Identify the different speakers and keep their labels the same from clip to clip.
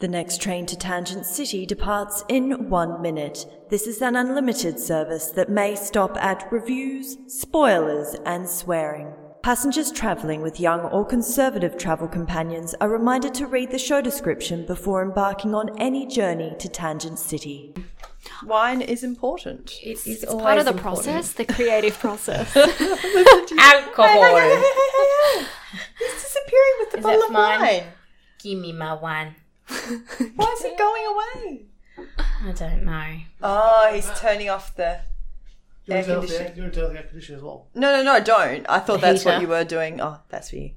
Speaker 1: The next train to Tangent City departs in one minute. This is an unlimited service that may stop at reviews, spoilers, and swearing. Passengers traveling with young or conservative travel companions are reminded to read the show description before embarking on any journey to Tangent City.
Speaker 2: Wine is important.
Speaker 3: It's,
Speaker 4: It's
Speaker 3: it's part of
Speaker 4: always
Speaker 3: the
Speaker 4: important.
Speaker 3: process, the creative process.
Speaker 4: Alcohol.
Speaker 2: He's disappearing with the
Speaker 4: Is
Speaker 2: bottle
Speaker 4: that
Speaker 2: of
Speaker 4: mine?
Speaker 2: wine.
Speaker 4: Give me my wine.
Speaker 2: Why is it going away?
Speaker 4: I don't know.
Speaker 2: Oh, he's turning off the.
Speaker 5: You want to
Speaker 2: Air
Speaker 5: turn off the
Speaker 2: conditioning.
Speaker 5: air- you want to turn off the air conditioning as well.
Speaker 2: No, no, no, don't. I thought that's what
Speaker 4: heater.
Speaker 2: you were doing. Oh, that's for you.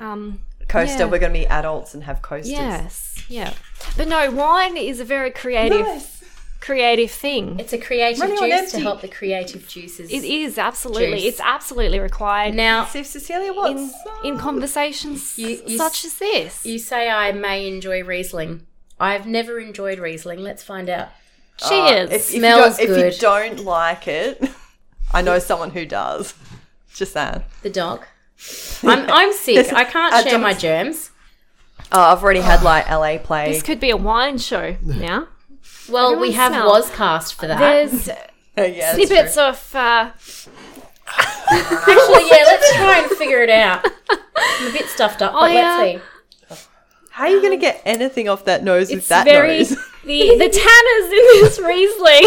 Speaker 3: Um,
Speaker 2: Coaster.
Speaker 3: Yeah.
Speaker 2: We're going to be adults and have coasters.
Speaker 3: yes, yeah. But no, wine is a very creative,
Speaker 2: Nice.
Speaker 3: creative thing.
Speaker 4: It's a creative
Speaker 2: Running on
Speaker 4: juice to
Speaker 2: empty.
Speaker 4: help the creative juices.
Speaker 3: It is absolutely.
Speaker 4: Juice.
Speaker 3: It's absolutely required.
Speaker 4: Now,
Speaker 2: So, Cecilia, what's.
Speaker 3: in, in conversations
Speaker 4: You- you s-
Speaker 3: such as this,
Speaker 4: you say I may enjoy Riesling. I've never enjoyed Riesling. Let's find out.
Speaker 3: cheers.
Speaker 2: if, if you
Speaker 4: smells
Speaker 2: don't- if
Speaker 4: good.
Speaker 2: you don't like it, I know someone who does. Just saying.
Speaker 4: The dog. I'm, I'm sick.
Speaker 2: There's
Speaker 4: I can't
Speaker 2: a
Speaker 4: share my
Speaker 2: dog's-
Speaker 4: germs.
Speaker 2: Oh, I've already had like LA play.
Speaker 3: this could be a wine show now.
Speaker 4: Well, we
Speaker 3: Everyone
Speaker 4: have
Speaker 3: smell.
Speaker 4: Wascast for that.
Speaker 3: There's
Speaker 2: yeah, that's
Speaker 3: snippets of uh,
Speaker 4: Actually, yeah, let's try and figure it out. I'm a bit stuffed up, but
Speaker 3: yeah.
Speaker 4: let's see.
Speaker 2: true. How are you going to get anything off that nose with
Speaker 3: it's
Speaker 2: that
Speaker 3: very
Speaker 2: nose?
Speaker 3: the the tanners in this riesling.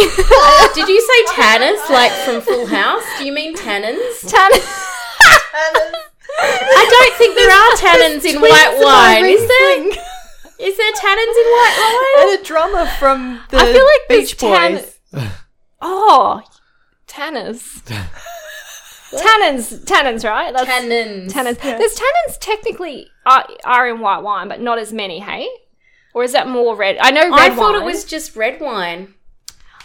Speaker 4: Did you say tannins, like from Full House? Do you mean tannins?
Speaker 3: Tanners.
Speaker 4: I don't think there are tannins in white wine. Is there? Is there tannins in white wine?
Speaker 2: and a drummer from the
Speaker 3: I feel like there's
Speaker 2: Beach
Speaker 3: tan-
Speaker 2: Boys.
Speaker 3: Oh, tanners. tannins, tannins, right? That's
Speaker 4: Tannins.
Speaker 3: tannins. There's tannins technically are, are in white wine, but not as many. Hey, or is that more red? I know red
Speaker 4: I thought it
Speaker 3: wine.
Speaker 4: was just red wine.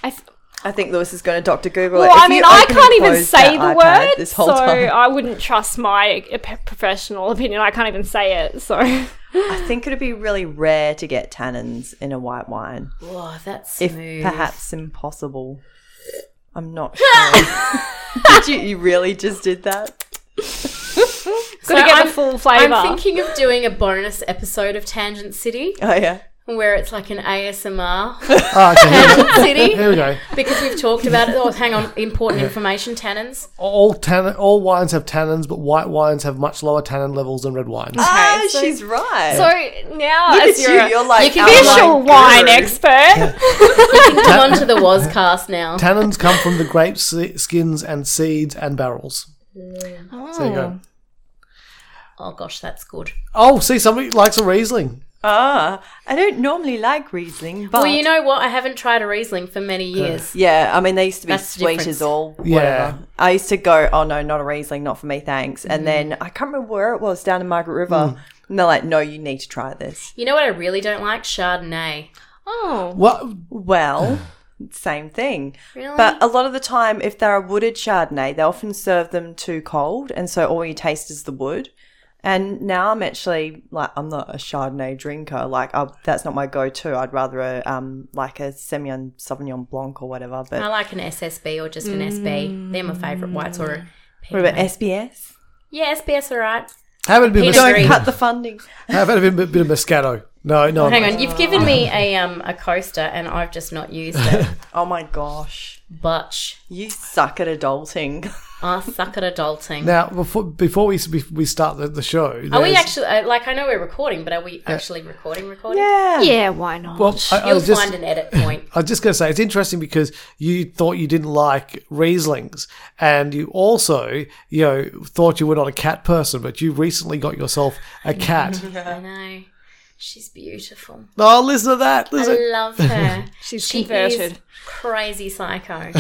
Speaker 3: I th-
Speaker 2: I think Lewis is going to Doctor Google it.
Speaker 3: well,
Speaker 2: If
Speaker 3: I mean,
Speaker 2: you
Speaker 3: I
Speaker 2: open and
Speaker 3: can't even
Speaker 2: close
Speaker 3: say the
Speaker 2: that iPad
Speaker 3: word,
Speaker 2: This whole
Speaker 3: so
Speaker 2: time.
Speaker 3: I wouldn't trust my uh, p- professional opinion. I can't even say it. So
Speaker 2: I think it'd be really rare to get tannins in a white wine,
Speaker 4: Whoa, that's
Speaker 2: if
Speaker 4: smooth.
Speaker 2: perhaps impossible. I'm not sure. did you, you really just did that?
Speaker 3: got to get
Speaker 4: I'm-
Speaker 3: the full
Speaker 4: I'm
Speaker 3: flavor.
Speaker 4: thinking of doing a bonus episode of Tangent City
Speaker 2: Oh yeah.
Speaker 4: where it's like an ASMR
Speaker 5: Ah, okay. Here we go.
Speaker 4: city
Speaker 5: Here we go.
Speaker 4: because we've talked about it. Oh, hang on, important information, tannins.
Speaker 5: All tannin, all wines have tannins, but white wines have much lower tannin levels than red wines.
Speaker 2: ah,
Speaker 4: so-
Speaker 2: she's right.
Speaker 3: so now,
Speaker 2: Look
Speaker 3: as
Speaker 2: at you.
Speaker 3: you're,
Speaker 2: You're,
Speaker 3: a
Speaker 2: like
Speaker 4: you can be a
Speaker 3: official
Speaker 2: outline
Speaker 3: wine
Speaker 2: guru.
Speaker 3: expert,
Speaker 4: Come on to the Wascast now.
Speaker 5: Tannins come from the grape se- skins and seeds and barrels. So there you go.
Speaker 4: Oh gosh, that's good.
Speaker 5: Oh, see, somebody likes a Riesling.
Speaker 2: Ah, I don't normally like Riesling, but
Speaker 4: Well, you know what? I haven't tried a Riesling for many
Speaker 3: Uh.
Speaker 4: years.
Speaker 2: yeah, I mean they used to be
Speaker 4: That's the
Speaker 2: sweet
Speaker 4: difference.
Speaker 2: as all. Whatever.
Speaker 5: Yeah.
Speaker 2: I used to go, oh no, not a Riesling, not for me, thanks.
Speaker 4: Mm.
Speaker 2: And then I can't remember where it was down in Margaret River, and they're like, no, you need to try this.
Speaker 4: You know what I really don't like? Chardonnay.
Speaker 3: oh,
Speaker 5: Well,
Speaker 2: Well. Same thing,
Speaker 4: Really?
Speaker 2: but a lot of the time, if they're a wooded Chardonnay, they often serve them too cold, and so all you taste is the wood. And now I'm actually like I'm not a Chardonnay drinker. Like I, that's not my go-to. I'd rather a um like a Semillon Sauvignon Blanc or whatever.
Speaker 3: Uh.
Speaker 2: But
Speaker 4: I like an SSB or just an SB. They're my favourite whites or a
Speaker 2: What about SBS?
Speaker 4: yeah, SBS are right.
Speaker 5: have it a bit of
Speaker 4: Pinot
Speaker 5: a,
Speaker 4: Green.
Speaker 2: Don't cut the funding.
Speaker 5: have it a bit, bit of Moscato. No, no.
Speaker 4: Hang on, you've given me a um a coaster and I've just not used it.
Speaker 2: Oh my gosh.
Speaker 4: Butch,
Speaker 2: You suck at adulting.
Speaker 4: I suck at adulting.
Speaker 5: Now, before before we we start the, the show,
Speaker 4: are we
Speaker 5: there's-
Speaker 4: actually uh, like I know we're recording, but are we actually recording? Recording?
Speaker 2: Yeah.
Speaker 3: yeah, why not?
Speaker 5: Well, I, I
Speaker 4: You'll
Speaker 5: was just
Speaker 4: find an edit point.
Speaker 5: I was just going to say it's interesting because you thought you didn't like Rieslings, and you also you know thought you were not a cat person, but you recently got yourself a cat.
Speaker 4: I know. She's beautiful.
Speaker 5: oh, listen to that!
Speaker 4: I
Speaker 5: Listen.
Speaker 4: love her.
Speaker 3: She's
Speaker 4: She
Speaker 3: converted.
Speaker 4: is crazy psycho.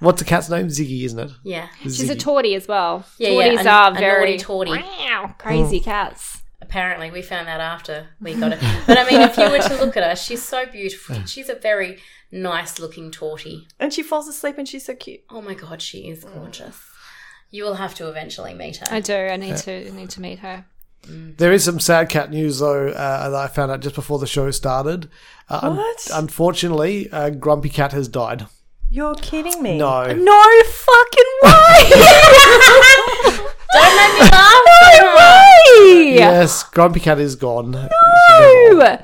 Speaker 5: What's the cat's name? Ziggy, isn't it?
Speaker 4: Yeah.
Speaker 3: She's a tortie as well.
Speaker 4: Yeah, yeah,
Speaker 3: Torties
Speaker 4: a-
Speaker 3: are
Speaker 4: a
Speaker 3: very
Speaker 4: naughty tortie.
Speaker 3: Wow,
Speaker 5: Oh.
Speaker 3: crazy cats.
Speaker 4: Apparently, we found that after we got her. But I mean, if you were to look at her, she's so beautiful. She's a very nice looking tortie.
Speaker 2: And she falls asleep and she's so cute.
Speaker 4: Oh my god, she is gorgeous. You will have to eventually meet her.
Speaker 3: I do. I need to. I need to meet her.
Speaker 5: There is some sad cat news though uh, that I found out just before the show started. Uh, un-
Speaker 2: What?
Speaker 5: unfortunately, uh, Grumpy Cat has died.
Speaker 2: You're kidding me.
Speaker 5: No.
Speaker 2: No fucking way.
Speaker 4: Don't make me laugh.
Speaker 3: Hey!
Speaker 5: Yes, Grumpy Cat is gone. No!
Speaker 2: Like,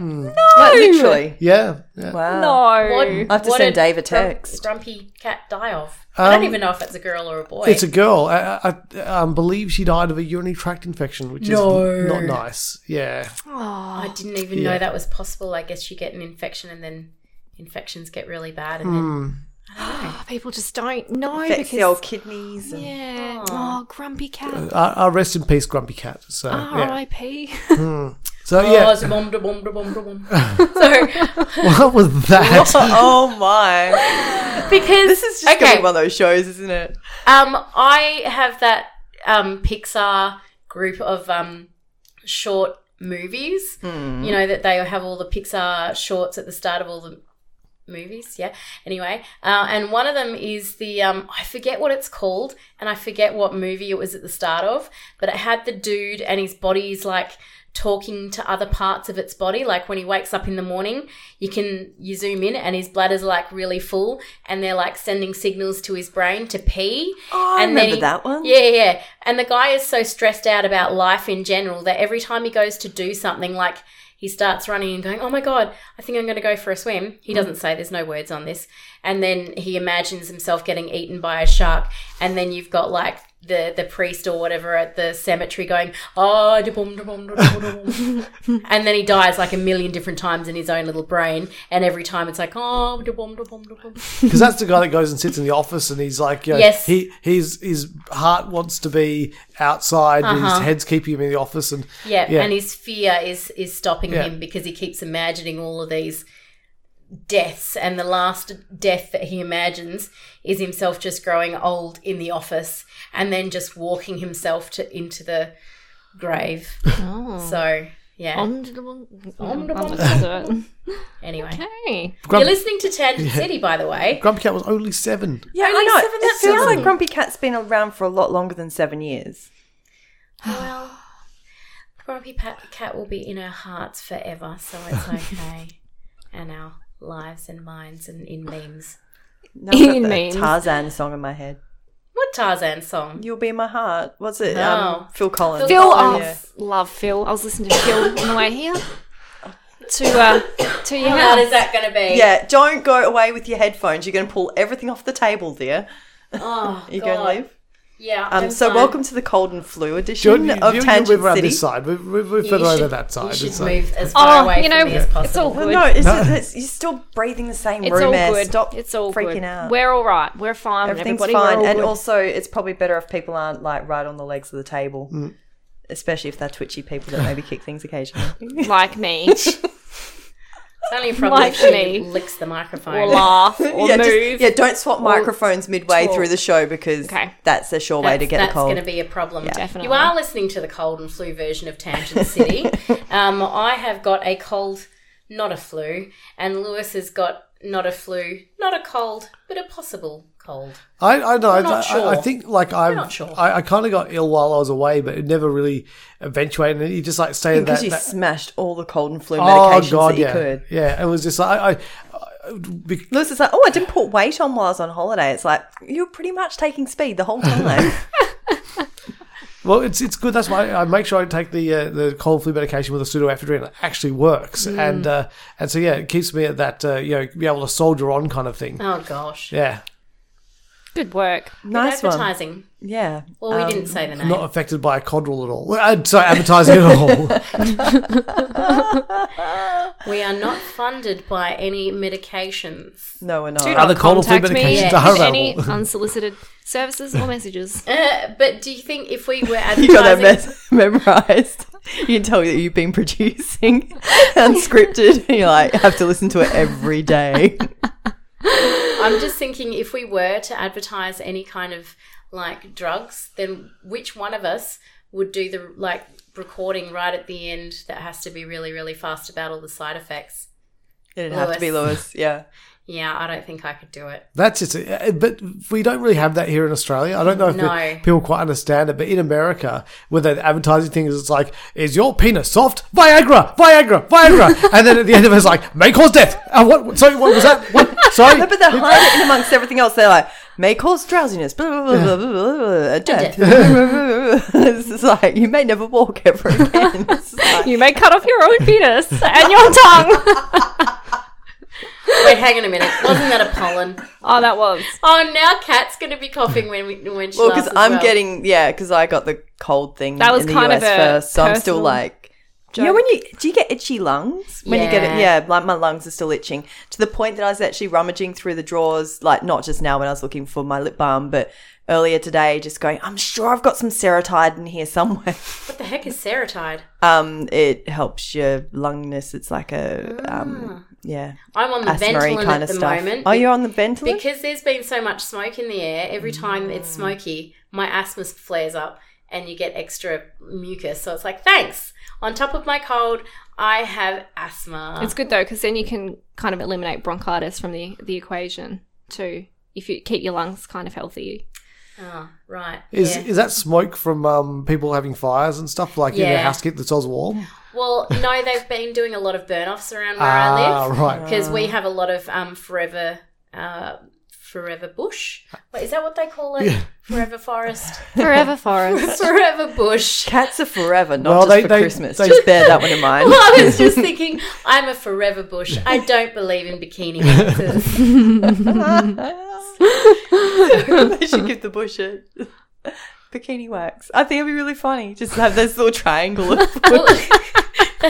Speaker 2: literally.
Speaker 5: Yeah. yeah.
Speaker 2: Wow.
Speaker 5: Mm.
Speaker 3: No.
Speaker 2: I have to
Speaker 4: What
Speaker 2: send
Speaker 4: did
Speaker 2: Dave a
Speaker 4: Grum-
Speaker 2: text.
Speaker 4: grumpy cat die of. I don't even know if that's a girl or a boy.
Speaker 5: Um, It's a girl. I, I, I um, believe she died of a urinary tract infection, which
Speaker 4: No.
Speaker 5: is not nice. Yeah.
Speaker 3: Oh.
Speaker 4: I didn't even know that was possible. I guess you get an infection and then infections get really bad and
Speaker 3: People just don't know
Speaker 2: Affects the
Speaker 3: because.
Speaker 2: old kidneys. and-
Speaker 3: Yeah. Oh, grumpy cat.
Speaker 5: Uh, uh, rest in peace, Grumpy Cat. So, yeah.
Speaker 3: R.I.P.
Speaker 5: So,
Speaker 4: then
Speaker 5: yeah.
Speaker 4: Ah, Oh, it's bum, da, bum, da, bum, da, bum. So
Speaker 5: what was that?
Speaker 2: oh my.
Speaker 4: because
Speaker 2: This is just going to
Speaker 4: okay.
Speaker 2: be one of those shows, isn't it?
Speaker 4: Um, I have that um, Pixar group of um, short movies.
Speaker 2: Hmm.
Speaker 4: You know that they have all the Pixar shorts at the start of all the movies. Yeah. Anyway, uh, and one of them is the um, I forget what it's called, and I forget what movie it was at the start of, but it had the dude and his body's like talking to other parts of its body like when he wakes up in the morning you can you zoom in and his bladder's like really full and they're like sending signals to his brain to pee
Speaker 2: Oh, I
Speaker 4: and
Speaker 2: remember that one.
Speaker 4: yeah, yeah, yeah. And the guy is so stressed out about life in general that every time he goes to do something, like he starts running and going, "Oh my god, I think I'm going to go for a swim." He doesn't say. There's no words on this. And then he imagines himself getting eaten by a shark. And then you've got like the the priest or whatever at the cemetery going, "Oh, da bum, da bum, da bum, da bum." and then he dies like a million different times in his own little brain. And every time it's like, "Oh, da bum, da bum, da bum."
Speaker 5: Because that's the guy that goes and sits in the office and he's like, you know,
Speaker 4: Yes.
Speaker 5: he his his heart wants to be outside, and
Speaker 4: Uh-huh.
Speaker 5: his head's keeping him in the office, and
Speaker 4: Yeah,
Speaker 5: Yeah.
Speaker 4: and his fear is is stopping
Speaker 5: Yeah.
Speaker 4: him because he keeps imagining all of these deaths and the last death that he imagines is himself just growing old in the office and then just walking himself to into the grave. So, yeah.
Speaker 3: Um,
Speaker 4: anyway.
Speaker 3: Hey.
Speaker 5: Grump-
Speaker 4: You're listening to Tangent City by the way.
Speaker 5: Grumpy Cat was only seven.
Speaker 2: Yeah,
Speaker 4: Only
Speaker 2: I know.
Speaker 4: seven,
Speaker 2: it
Speaker 4: that's
Speaker 2: feels
Speaker 4: seven.
Speaker 2: like Grumpy Cat's been around for a lot longer than seven years.
Speaker 4: Well, Grumpy Pat- Cat will be in our hearts forever, so it's okay. and our lives and minds and in memes.
Speaker 2: Now I've got
Speaker 3: It
Speaker 2: the
Speaker 3: means-
Speaker 2: Tarzan song in my head.
Speaker 4: What Tarzan song?
Speaker 2: You'll be in my heart. What's it?
Speaker 4: No.
Speaker 2: Um, Phil Collins.
Speaker 3: Phil,
Speaker 4: Oh,
Speaker 3: oh, love Phil. I was listening to Phil on the way here to uh, to your
Speaker 4: How
Speaker 3: house.
Speaker 4: loud is that going to be?
Speaker 2: Yeah, don't go away with your headphones. You're going to pull everything off the table there.
Speaker 4: Oh,
Speaker 2: Are you going to
Speaker 4: God.
Speaker 2: leave?
Speaker 4: Yeah.
Speaker 2: Um,
Speaker 4: I'm
Speaker 2: so,
Speaker 4: fine.
Speaker 2: welcome to the cold and flu edition
Speaker 5: Jordan, you,
Speaker 2: of
Speaker 5: you, you
Speaker 2: Tangent
Speaker 5: move around
Speaker 2: City.
Speaker 5: this side. Move, move, move
Speaker 4: You
Speaker 5: further
Speaker 4: should-
Speaker 5: over that side.
Speaker 4: You should
Speaker 5: It's like-
Speaker 4: move as far
Speaker 3: Oh,
Speaker 4: away
Speaker 3: you know,
Speaker 4: from me as
Speaker 3: it's all
Speaker 4: possible.
Speaker 3: good.
Speaker 2: No, it's,
Speaker 5: No.
Speaker 2: Just, it's, you're still breathing the same
Speaker 3: it's all
Speaker 2: room air.
Speaker 3: good.
Speaker 2: Stop
Speaker 3: it's all
Speaker 2: freaking
Speaker 3: good.
Speaker 2: out.
Speaker 3: We're all right. We're fine.
Speaker 2: Everything's
Speaker 3: everybody. We're
Speaker 2: fine.
Speaker 3: all
Speaker 2: And
Speaker 3: good.
Speaker 2: also, it's probably better if people aren't like right on the legs of the table,
Speaker 5: Mm.
Speaker 2: especially if they're twitchy people that maybe kick things occasionally.
Speaker 3: like me,
Speaker 4: It's only a problem if
Speaker 3: Like
Speaker 4: she
Speaker 3: me.
Speaker 4: licks the microphone.
Speaker 3: or laugh, or
Speaker 2: yeah, just-
Speaker 3: move.
Speaker 2: yeah, don't swap microphones midway
Speaker 3: talk.
Speaker 2: through the show because
Speaker 3: Okay.
Speaker 2: that's a sure way to get
Speaker 4: that's
Speaker 2: the cold.
Speaker 4: going to be a problem.
Speaker 3: Definitely.
Speaker 4: You are listening to the cold and flu version of Tangent City. um, I have got a cold, not a flu, and Lewis has got not a flu, not a cold, but a possible cold.
Speaker 5: I, I know. I,
Speaker 4: not
Speaker 5: I, I
Speaker 4: sure.
Speaker 5: think like I've,
Speaker 4: not sure.
Speaker 5: I, I kind of got ill while I was away, but it never really eventuated. And you just like stay in that.
Speaker 2: Because you
Speaker 5: that-
Speaker 2: smashed all the cold and flu
Speaker 5: oh
Speaker 2: medications
Speaker 5: god,
Speaker 2: that you
Speaker 5: yeah,
Speaker 2: could.
Speaker 5: yeah. It was just like I, I, I be-
Speaker 2: Lewis is like, oh, I didn't put weight on while I was on holiday. It's like, you're pretty much taking speed the whole time.
Speaker 5: well, it's it's good. That's why I make sure I take the uh, the cold flu medication with a pseudoephedrine. It actually works,
Speaker 2: Mm.
Speaker 5: and uh, and so yeah, it keeps me at that uh, you know be able to soldier on kind of
Speaker 2: Uh,
Speaker 5: thing.
Speaker 4: Oh gosh.
Speaker 5: Yeah,
Speaker 3: Good work.
Speaker 2: nice one. Um,
Speaker 4: Advertising.
Speaker 2: Yeah.
Speaker 4: Well, we didn't say the name.
Speaker 5: not affected by a codral at all. Well, I'm sorry, advertising at all.
Speaker 4: we are not funded by any medications.
Speaker 2: No, we're not.
Speaker 3: Do
Speaker 5: Uh, Other
Speaker 3: not
Speaker 5: cold or flu
Speaker 3: contact me
Speaker 5: medications
Speaker 3: with
Speaker 5: are
Speaker 3: any
Speaker 5: available.
Speaker 3: unsolicited services or messages.
Speaker 4: Uh, but do you think if we were
Speaker 2: You got that
Speaker 4: advertising,
Speaker 2: mes- memorized. You can tell that you've been producing unscripted. You like have to listen to it every day.
Speaker 4: I'm just thinking if we were to advertise any kind of like drugs, then which one of us would do the like recording right at the end that has to be really really fast about all the side effects?
Speaker 2: It'd have to be Lewis. Yeah.
Speaker 4: Yeah, I don't think I could do it.
Speaker 5: That's it. Uh, But we don't really have that here in Australia. I don't know if
Speaker 4: No.
Speaker 5: pe- people quite understand it, but in America, with the advertising thing, it's like, is your penis soft? Viagra, Viagra, Viagra. and then at the end of it, it's like, may cause death. Uh, what? Sorry, what was that? What? Sorry.
Speaker 2: No, but they hide it in amongst everything else. They're like, may cause drowsiness, blah, blah, blah, blah, blah, blah, blah, death. it's just like, you may never walk ever again. It's just like-
Speaker 3: You may cut off your own penis and your tongue.
Speaker 4: Wait, hang on a minute. Wasn't that a pollen?
Speaker 3: Oh, that was.
Speaker 4: Oh, now Kat's going to be coughing when we when she
Speaker 2: well,
Speaker 4: laughs
Speaker 2: because
Speaker 4: as
Speaker 2: I'm
Speaker 4: well.
Speaker 2: getting, yeah, because I got the cold thing
Speaker 3: That was
Speaker 2: in the
Speaker 3: kind
Speaker 2: US
Speaker 3: of a
Speaker 2: first, so I'm still
Speaker 3: personal
Speaker 2: like, you know, when you do you get itchy lungs when you get it?
Speaker 4: Yeah.
Speaker 2: Yeah, like my lungs are still itching to the point that I was actually rummaging through the drawers, like not just now when I was looking for my lip balm, but earlier today, just going, I'm sure I've got some ceratide in here somewhere.
Speaker 4: What the heck is ceratide?
Speaker 2: Um, it helps your lungness. It's like a um, yeah,
Speaker 4: I'm on Ah. the
Speaker 2: asthma
Speaker 4: Ventolin
Speaker 2: kind
Speaker 4: at
Speaker 2: of
Speaker 4: the
Speaker 2: stuff.
Speaker 4: moment.
Speaker 2: Oh, you're on the Ventolin.
Speaker 4: because there's been so much smoke in the air, every time it's
Speaker 5: Mm.
Speaker 4: smoky, my asthma flares up and you get extra mucus. So it's like, thanks. On top of my cold, I have asthma.
Speaker 3: It's good though, because then you can kind of eliminate bronchitis from the the equation too, if you keep your lungs kind of healthy.
Speaker 4: oh, right.
Speaker 5: Is
Speaker 4: yeah.
Speaker 5: is that smoke from um, people having fires and stuff like in
Speaker 4: Yeah.
Speaker 5: their house to keep themselves warm?
Speaker 4: well, no, they've been doing a lot of burn offs around where I
Speaker 5: ah,
Speaker 4: live
Speaker 5: right.
Speaker 4: because we have a lot of um, forever. Uh, Forever bush? Wait, is that what they call it? Forever forest?
Speaker 3: Forever forest.
Speaker 4: forever bush.
Speaker 2: Cats are forever, not
Speaker 5: Well,
Speaker 2: just
Speaker 5: they-
Speaker 2: for
Speaker 5: they-
Speaker 2: Christmas.
Speaker 5: they-
Speaker 2: just bear that one in mind.
Speaker 4: Well, I was just thinking, I'm a forever bush. I don't believe in bikini answers.
Speaker 2: they should give the bush a bikini wax. I think it'd be really funny. Just have this little triangle. Of-
Speaker 4: Well,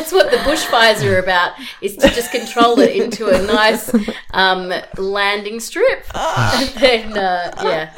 Speaker 4: that's what the bushfires are about, is to just control it into a nice um, landing strip. And then, uh, yeah.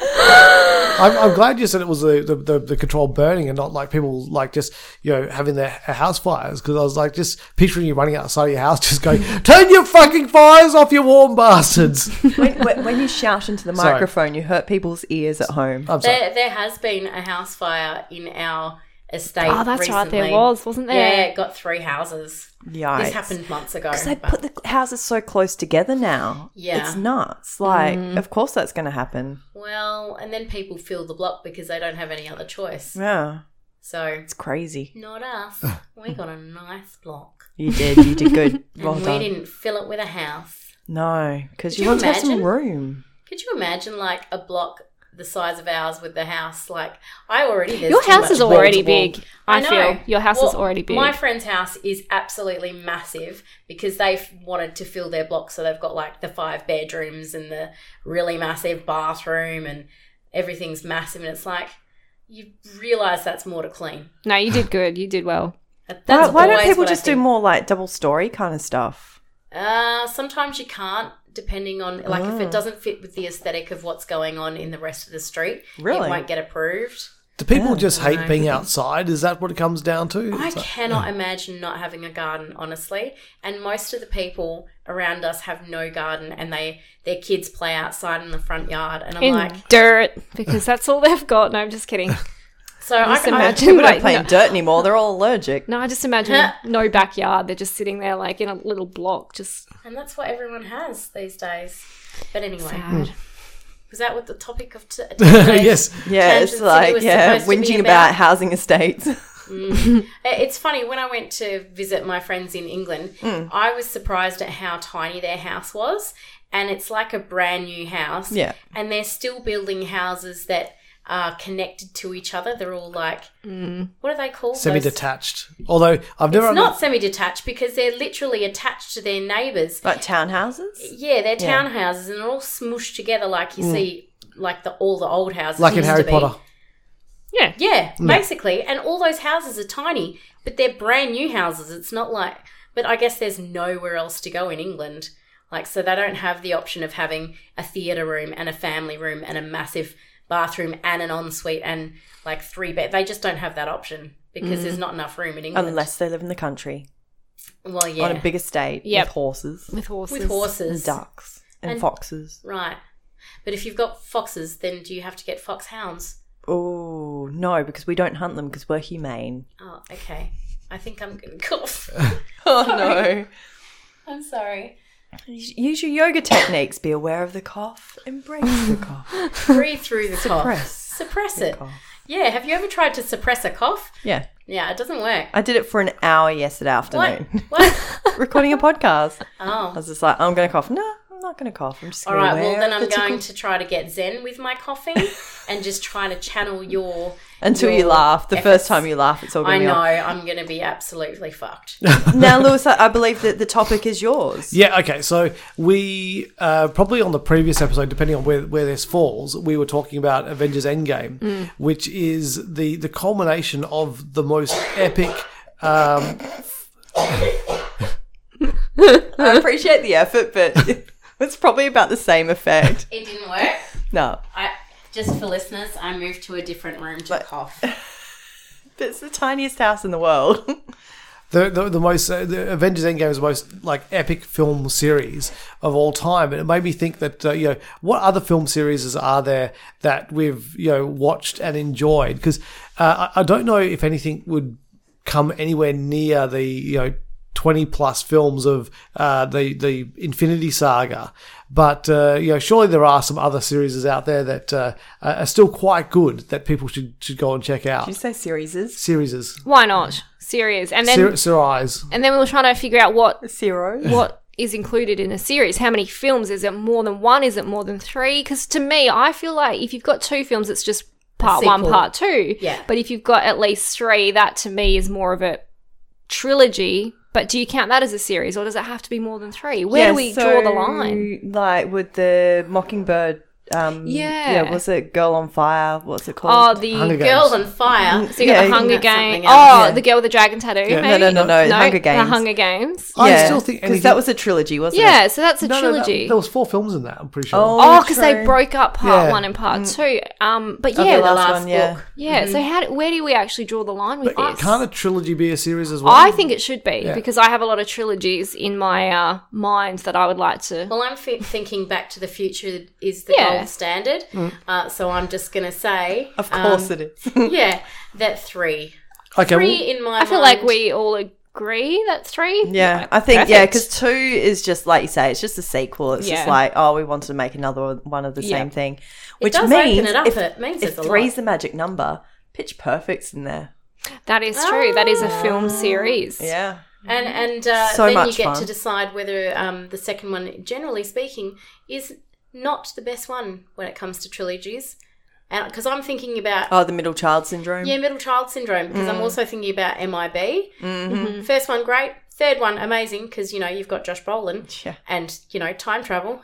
Speaker 5: I'm, I'm glad you said it was the, the, the, the control burning and not like people like just you know having their house fires because I was like just picturing you running outside of your house just going turn your fucking fires off you warm bastards.
Speaker 2: when, when, when you shout into the
Speaker 5: Sorry.
Speaker 2: microphone, you hurt people's ears at home.
Speaker 5: I'm sorry.
Speaker 4: There, there has been a house fire in our estate
Speaker 3: oh, that's right. There
Speaker 4: recently.
Speaker 3: was, wasn't
Speaker 4: Yeah,
Speaker 3: there?
Speaker 4: it got three houses.
Speaker 2: Yikes!
Speaker 4: This happened months ago.
Speaker 2: Because they
Speaker 4: but-
Speaker 2: put the houses so close together now.
Speaker 4: Yeah.
Speaker 2: It's nuts. Like, of course that's going to happen.
Speaker 4: well, and then people fill the block because they don't have any other choice.
Speaker 2: Yeah.
Speaker 4: So,
Speaker 2: It's crazy.
Speaker 4: not us. We got a nice block.
Speaker 2: You did. You did good. well
Speaker 4: and
Speaker 2: done.
Speaker 4: we didn't fill it with a house.
Speaker 2: No, because
Speaker 4: Could
Speaker 2: you,
Speaker 4: you
Speaker 2: want to have some
Speaker 4: imagine?
Speaker 2: room.
Speaker 4: Could you imagine like a block the size of ours with the house? Like I already there's
Speaker 3: Your
Speaker 4: too
Speaker 3: house
Speaker 4: much
Speaker 3: is
Speaker 4: wall to
Speaker 3: already
Speaker 4: wall.
Speaker 3: big. I, feel your house is
Speaker 4: Well,
Speaker 3: already big.
Speaker 4: My friend's house is absolutely massive because they've wanted to fill their block, so they've got like the five bedrooms and the really massive bathroom and everything's massive. And it's like you realise that's more to clean.
Speaker 3: no, you did good. You did well.
Speaker 4: That-
Speaker 2: Why,
Speaker 4: That's
Speaker 2: why don't
Speaker 4: always
Speaker 2: people
Speaker 4: what I
Speaker 2: just do
Speaker 4: think.
Speaker 2: more like double story kind of stuff?
Speaker 4: Uh, sometimes you can't, depending on like if
Speaker 3: Ah.
Speaker 4: it doesn't fit with the aesthetic of what's going on in the rest of the street,
Speaker 2: Really?
Speaker 4: it won't get approved.
Speaker 5: Do people just hate
Speaker 4: no.
Speaker 5: being outside? Is that what it comes down to?
Speaker 4: I
Speaker 5: It's like-
Speaker 4: cannot imagine not having a garden, honestly. And most of the people around us have no garden, and they their kids play outside in the front yard. And I'm
Speaker 3: In
Speaker 4: like,
Speaker 3: dirt, because that's all they've got. No, I'm just kidding.
Speaker 4: so I
Speaker 3: Just
Speaker 4: can imagine.
Speaker 3: imagine
Speaker 2: People don't
Speaker 3: like,
Speaker 2: play
Speaker 3: no,
Speaker 2: in dirt anymore. They're all allergic.
Speaker 3: no, I just imagine no backyard. They're just sitting there like in a little block, just
Speaker 4: And that's what everyone has these days. But anyway,
Speaker 3: sad.
Speaker 4: was that what the topic of t- today?
Speaker 5: Hmm. yes.
Speaker 2: Yeah,
Speaker 4: Tangents
Speaker 2: it's
Speaker 4: that it
Speaker 2: like
Speaker 4: was
Speaker 2: yeah,
Speaker 4: supposed to be
Speaker 2: whinging about.
Speaker 4: about.
Speaker 2: housing estates.
Speaker 4: Uh, It's funny when I went to visit my friends in England,
Speaker 5: Hmm.
Speaker 4: I was surprised at how tiny their house was, and it's like a brand new house.
Speaker 2: Yeah.
Speaker 4: and they're still building houses that are connected to each other. They're all like,
Speaker 5: Hmm.
Speaker 4: what are they called?
Speaker 5: Semi
Speaker 4: Those-
Speaker 5: detached. Although I've never
Speaker 4: It's not semi-detached because they're literally attached to their neighbours.
Speaker 2: like townhouses.
Speaker 4: Yeah, they're townhouses, and they're all smooshed together like you see, like the all the old houses,
Speaker 5: Hmm. like in
Speaker 4: used
Speaker 5: Harry
Speaker 4: to be.
Speaker 5: Potter.
Speaker 3: Yeah.
Speaker 4: Yeah, basically. And all those houses are tiny, but they're brand new houses. It's not like, but I guess there's nowhere else to go in England. Like, so they don't have the option of having a theatre room and a family room and a massive bathroom and an ensuite and like three bed. They just don't have that option because there's not enough room in England.
Speaker 2: Mm. Unless they live in the country
Speaker 4: well, yeah,
Speaker 2: on a big estate
Speaker 3: Yep.
Speaker 2: with horses,
Speaker 3: With horses.
Speaker 4: with
Speaker 2: and
Speaker 4: horses,
Speaker 2: ducks, and,
Speaker 4: And-
Speaker 2: foxes.
Speaker 4: right? But if you've got foxes, then do you have to get fox hounds?
Speaker 2: Oh no, because we don't hunt them because we're humane.
Speaker 4: Oh, okay. I think I'm gonna cough.
Speaker 2: Oh no!
Speaker 4: I'm sorry.
Speaker 2: Use your yoga techniques. Be aware of the cough. Embrace the cough.
Speaker 4: Breathe through the cough.
Speaker 2: Press.
Speaker 4: Suppress it.
Speaker 2: cough.
Speaker 4: Yeah, have you ever tried to suppress a cough?
Speaker 2: Yeah,
Speaker 4: Yeah, it doesn't work.
Speaker 2: I did it for an hour yesterday
Speaker 4: What?
Speaker 2: afternoon,
Speaker 4: What?
Speaker 2: recording a podcast. I
Speaker 4: Oh,
Speaker 2: was just like, I'm going to cough. No, I'm not not going to cough. I'm just
Speaker 4: All
Speaker 2: going
Speaker 4: right,
Speaker 2: to
Speaker 4: well, then I'm going to try to get zen with my coughing and just try to channel your.
Speaker 2: Until you
Speaker 4: your
Speaker 2: laugh, the
Speaker 4: efforts.
Speaker 2: first time you laugh, it's all
Speaker 4: I
Speaker 2: going to
Speaker 4: know,
Speaker 2: be like-
Speaker 4: I'm going to be absolutely fucked.
Speaker 2: Now, Lewis, I I believe that the topic is yours.
Speaker 5: Yeah, okay. So we uh, probably on the previous episode, depending on where, where this falls, we were talking about Avengers Endgame, which is the the culmination of the most epic. Um,
Speaker 2: I appreciate the effort, but it's probably about the same effect.
Speaker 4: it didn't work.
Speaker 2: No,
Speaker 4: I Just for listeners, I moved to a different room to cough.
Speaker 2: it's the tiniest house in the world.
Speaker 5: the, the, the most uh, the Avengers Endgame is the most like epic film series of all time, and it made me think that uh, you know what other film series are there that we've you know watched and enjoyed because uh, I, I don't know if anything would come anywhere near the you know 20 plus films of uh, the the Infinity Saga, but uh, you know surely there are some other series out there that uh, are are still quite good that people should should go and check out.
Speaker 2: you say series?
Speaker 5: Series,
Speaker 3: Why not? Serious. And then
Speaker 5: Sir, Sir Eyes.
Speaker 3: and then we were trying to figure out what
Speaker 2: Zero.
Speaker 3: what is included in a series. How many films? Is it more than one? Is it more than three? Because to me, I feel like if you've got two films, it's just part one,
Speaker 4: sequel.
Speaker 3: part two.
Speaker 4: Yeah.
Speaker 3: But if you've got at least three, that to me is more of a trilogy. But do you count that as a series, or does it have to be more than three? Where
Speaker 2: Yeah,
Speaker 3: do we
Speaker 2: so,
Speaker 3: draw the line?
Speaker 2: Like with the Mockingbird. Um,
Speaker 3: Yeah.
Speaker 2: Yeah. Was it Girl on Fire? What's it
Speaker 3: Oh,
Speaker 2: called?
Speaker 3: the
Speaker 5: Hunger Games.
Speaker 4: Girls on fire.
Speaker 3: so you got
Speaker 2: yeah,
Speaker 3: the Hunger
Speaker 4: that's
Speaker 3: Game.
Speaker 4: something else.
Speaker 3: Oh,
Speaker 2: Yeah.
Speaker 3: the girl with the dragon tattoo.
Speaker 5: Yeah.
Speaker 2: No, no, no, no, Hunger
Speaker 3: The
Speaker 2: Games. Oh,
Speaker 3: Hunger Games.
Speaker 5: I still think
Speaker 2: because
Speaker 5: anything-
Speaker 2: that was a trilogy, wasn't it?
Speaker 3: Yeah, so that's a
Speaker 5: No, no, that-
Speaker 3: trilogy.
Speaker 5: there was four films in that. I'm pretty sure.
Speaker 3: Oh, because they
Speaker 2: true.
Speaker 3: broke up part
Speaker 5: Yeah.
Speaker 3: one and part two. Um, but
Speaker 2: Okay,
Speaker 3: yeah,
Speaker 2: the
Speaker 4: the
Speaker 2: last,
Speaker 4: last
Speaker 2: one. Yeah.
Speaker 4: book.
Speaker 3: yeah. So how? Do, where do we actually draw the line with
Speaker 5: Mm-hmm. But
Speaker 3: this?
Speaker 5: can't a trilogy be a series as well?
Speaker 3: I think it should be
Speaker 5: Yeah.
Speaker 3: because I have a lot of trilogies in my uh, mind that I would like to.
Speaker 4: Well, I'm fi- thinking Back to the Future is the
Speaker 3: Yeah. Mm.
Speaker 4: gold standard. Uh, so I'm just going to say. um,
Speaker 2: Of course it is.
Speaker 4: Yeah, that three.
Speaker 5: okay. well,
Speaker 4: Three in my
Speaker 3: I feel
Speaker 4: mind.
Speaker 3: like we all agree that three.
Speaker 2: yeah, I think yeah,
Speaker 3: perfect.
Speaker 2: because two is just like you say, it's just a sequel. It's just
Speaker 3: Yeah.
Speaker 2: like oh, we wanted to make another one of the
Speaker 3: Yeah.
Speaker 2: same thing, which
Speaker 4: does open
Speaker 2: means
Speaker 4: it up,
Speaker 2: if,
Speaker 4: it means
Speaker 2: if
Speaker 4: there's a
Speaker 2: three's
Speaker 4: lot.
Speaker 2: the magic number, Pitch Perfect's in there.
Speaker 3: that is true. That is a
Speaker 4: Ah.
Speaker 3: film series.
Speaker 2: Yeah,
Speaker 4: And and uh,
Speaker 2: So
Speaker 4: then you
Speaker 2: much
Speaker 4: get
Speaker 2: fun.
Speaker 4: to decide whether um, the second one, generally speaking, is not the best one when it comes to trilogies. And because I'm thinking about
Speaker 2: oh, the middle child syndrome.
Speaker 4: yeah, middle child syndrome. Because
Speaker 3: Mm.
Speaker 4: I'm also thinking about MIB.
Speaker 3: Mm-hmm.
Speaker 4: Mm-hmm. First one, great. Third one, amazing. Because you know you've got Josh Brolin
Speaker 2: Yeah.
Speaker 4: and you know time travel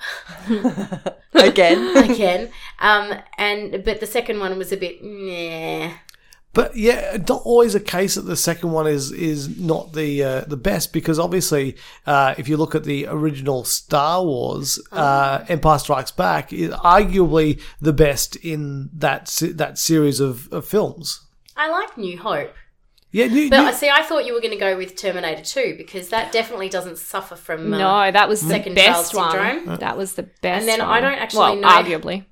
Speaker 2: Again,
Speaker 4: again. Um, and but the second one was a bit yeah.
Speaker 5: But yeah, it's not always a case that the second one is is not the uh, the best because obviously, uh, if you look at the original Star Wars,
Speaker 3: Oh.
Speaker 5: uh, Empire Strikes Back is arguably the best in that se- that series of, of films.
Speaker 4: I like New Hope.
Speaker 5: Yeah, you,
Speaker 4: But
Speaker 5: you-
Speaker 4: I see, I thought you were going to go with Terminator 2 because that definitely doesn't suffer from. uh,
Speaker 3: No, that was the
Speaker 4: Second
Speaker 3: best
Speaker 4: child
Speaker 3: one.
Speaker 4: syndrome.
Speaker 3: That was the best.
Speaker 4: then I
Speaker 3: one.
Speaker 4: don't actually
Speaker 3: well,
Speaker 4: know-
Speaker 3: arguably.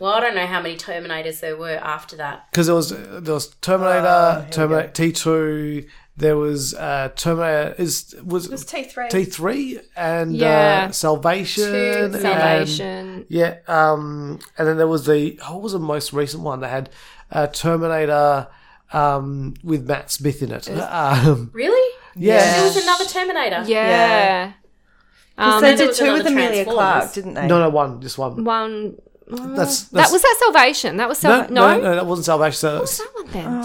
Speaker 4: Well, I don't know how many Terminators there were after that.
Speaker 5: because there was there was Terminator, Terminator T two. There was uh, Terminator is was
Speaker 2: T three.
Speaker 5: T three and
Speaker 3: Yeah.
Speaker 5: uh, Salvation, and-
Speaker 3: Salvation.
Speaker 5: yeah, um, and then there was the what was the most recent one that had uh, Terminator um, with Matt Smith in it. Um,
Speaker 4: Really? There
Speaker 5: yeah.
Speaker 4: was another Terminator.
Speaker 3: Yeah. Um,
Speaker 2: they
Speaker 4: there
Speaker 2: did
Speaker 4: was
Speaker 2: two with
Speaker 4: another
Speaker 2: Amelia Clark,
Speaker 4: Transformers.
Speaker 2: didn't they?
Speaker 5: No, no, one, just one.
Speaker 3: one.
Speaker 5: That's,
Speaker 3: That
Speaker 5: that's
Speaker 3: was that Salvation. That was
Speaker 5: no,
Speaker 3: Salvation.
Speaker 5: no, no, that wasn't Salvation. So
Speaker 3: What's that one then? I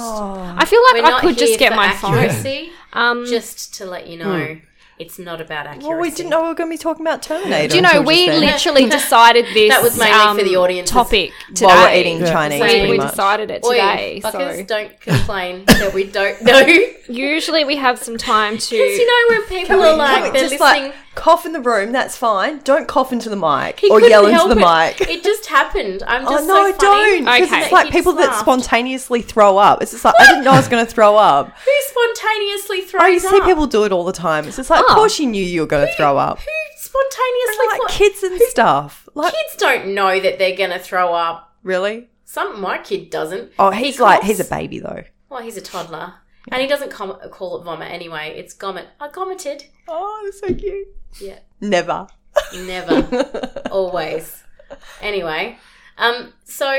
Speaker 3: feel
Speaker 4: Oh.
Speaker 3: like
Speaker 4: We're
Speaker 3: I
Speaker 4: not
Speaker 3: could
Speaker 4: here
Speaker 3: just get
Speaker 4: for
Speaker 3: my phone.
Speaker 4: accuracy.
Speaker 3: Um, Hmm.
Speaker 4: Just to let you know, it's not about accuracy.
Speaker 2: Well, Oh, we didn't know we were going to be talking about Terminator.
Speaker 3: Do you know
Speaker 2: until
Speaker 3: we
Speaker 2: just then.
Speaker 3: literally decided this? um,
Speaker 4: That was mainly for the audience's-
Speaker 3: topic today.
Speaker 2: while we're eating Chinese.
Speaker 3: We-
Speaker 2: pretty
Speaker 3: we
Speaker 2: much.
Speaker 3: decided it
Speaker 4: Oi,
Speaker 3: today.
Speaker 4: fuckers,
Speaker 3: so
Speaker 4: don't complain that we don't know. Because
Speaker 3: usually we have some time to.
Speaker 4: you know when people are like,
Speaker 2: Like,
Speaker 4: they're
Speaker 2: just
Speaker 4: listening.
Speaker 2: like cough in the room, that's fine. Don't cough into the mic
Speaker 4: He
Speaker 2: or
Speaker 4: couldn't
Speaker 2: yell into
Speaker 4: help
Speaker 2: the
Speaker 4: it.
Speaker 2: mic.
Speaker 4: It just happened. I'm
Speaker 2: Oh
Speaker 4: just
Speaker 2: no, I
Speaker 4: so funny.
Speaker 2: don't. 'cause
Speaker 3: Okay.
Speaker 2: It's like
Speaker 4: You
Speaker 2: people
Speaker 4: just
Speaker 2: that
Speaker 4: laughed.
Speaker 2: spontaneously throw up. It's just like I didn't know I was going to throw up.
Speaker 4: Who spontaneously
Speaker 2: Oh, you
Speaker 4: throws
Speaker 2: see
Speaker 4: up?
Speaker 2: people do it all the time. It's just like,
Speaker 3: Oh.
Speaker 2: of course you knew you were going to throw up.
Speaker 4: Who spontaneously
Speaker 2: Like
Speaker 4: thought-
Speaker 2: kids and stuff. Like
Speaker 4: Kids don't know that they're going to throw up.
Speaker 2: really?
Speaker 4: Some my kid doesn't.
Speaker 2: Oh,
Speaker 4: He
Speaker 2: he's like
Speaker 4: coughs.
Speaker 2: he's a baby though.
Speaker 4: Well, he's a toddler, and he doesn't com- call it vomit anyway. It's gommet. I gomited.
Speaker 2: Oh, that's so cute.
Speaker 4: Yeah,
Speaker 2: Never.
Speaker 4: never, always. Anyway, um, so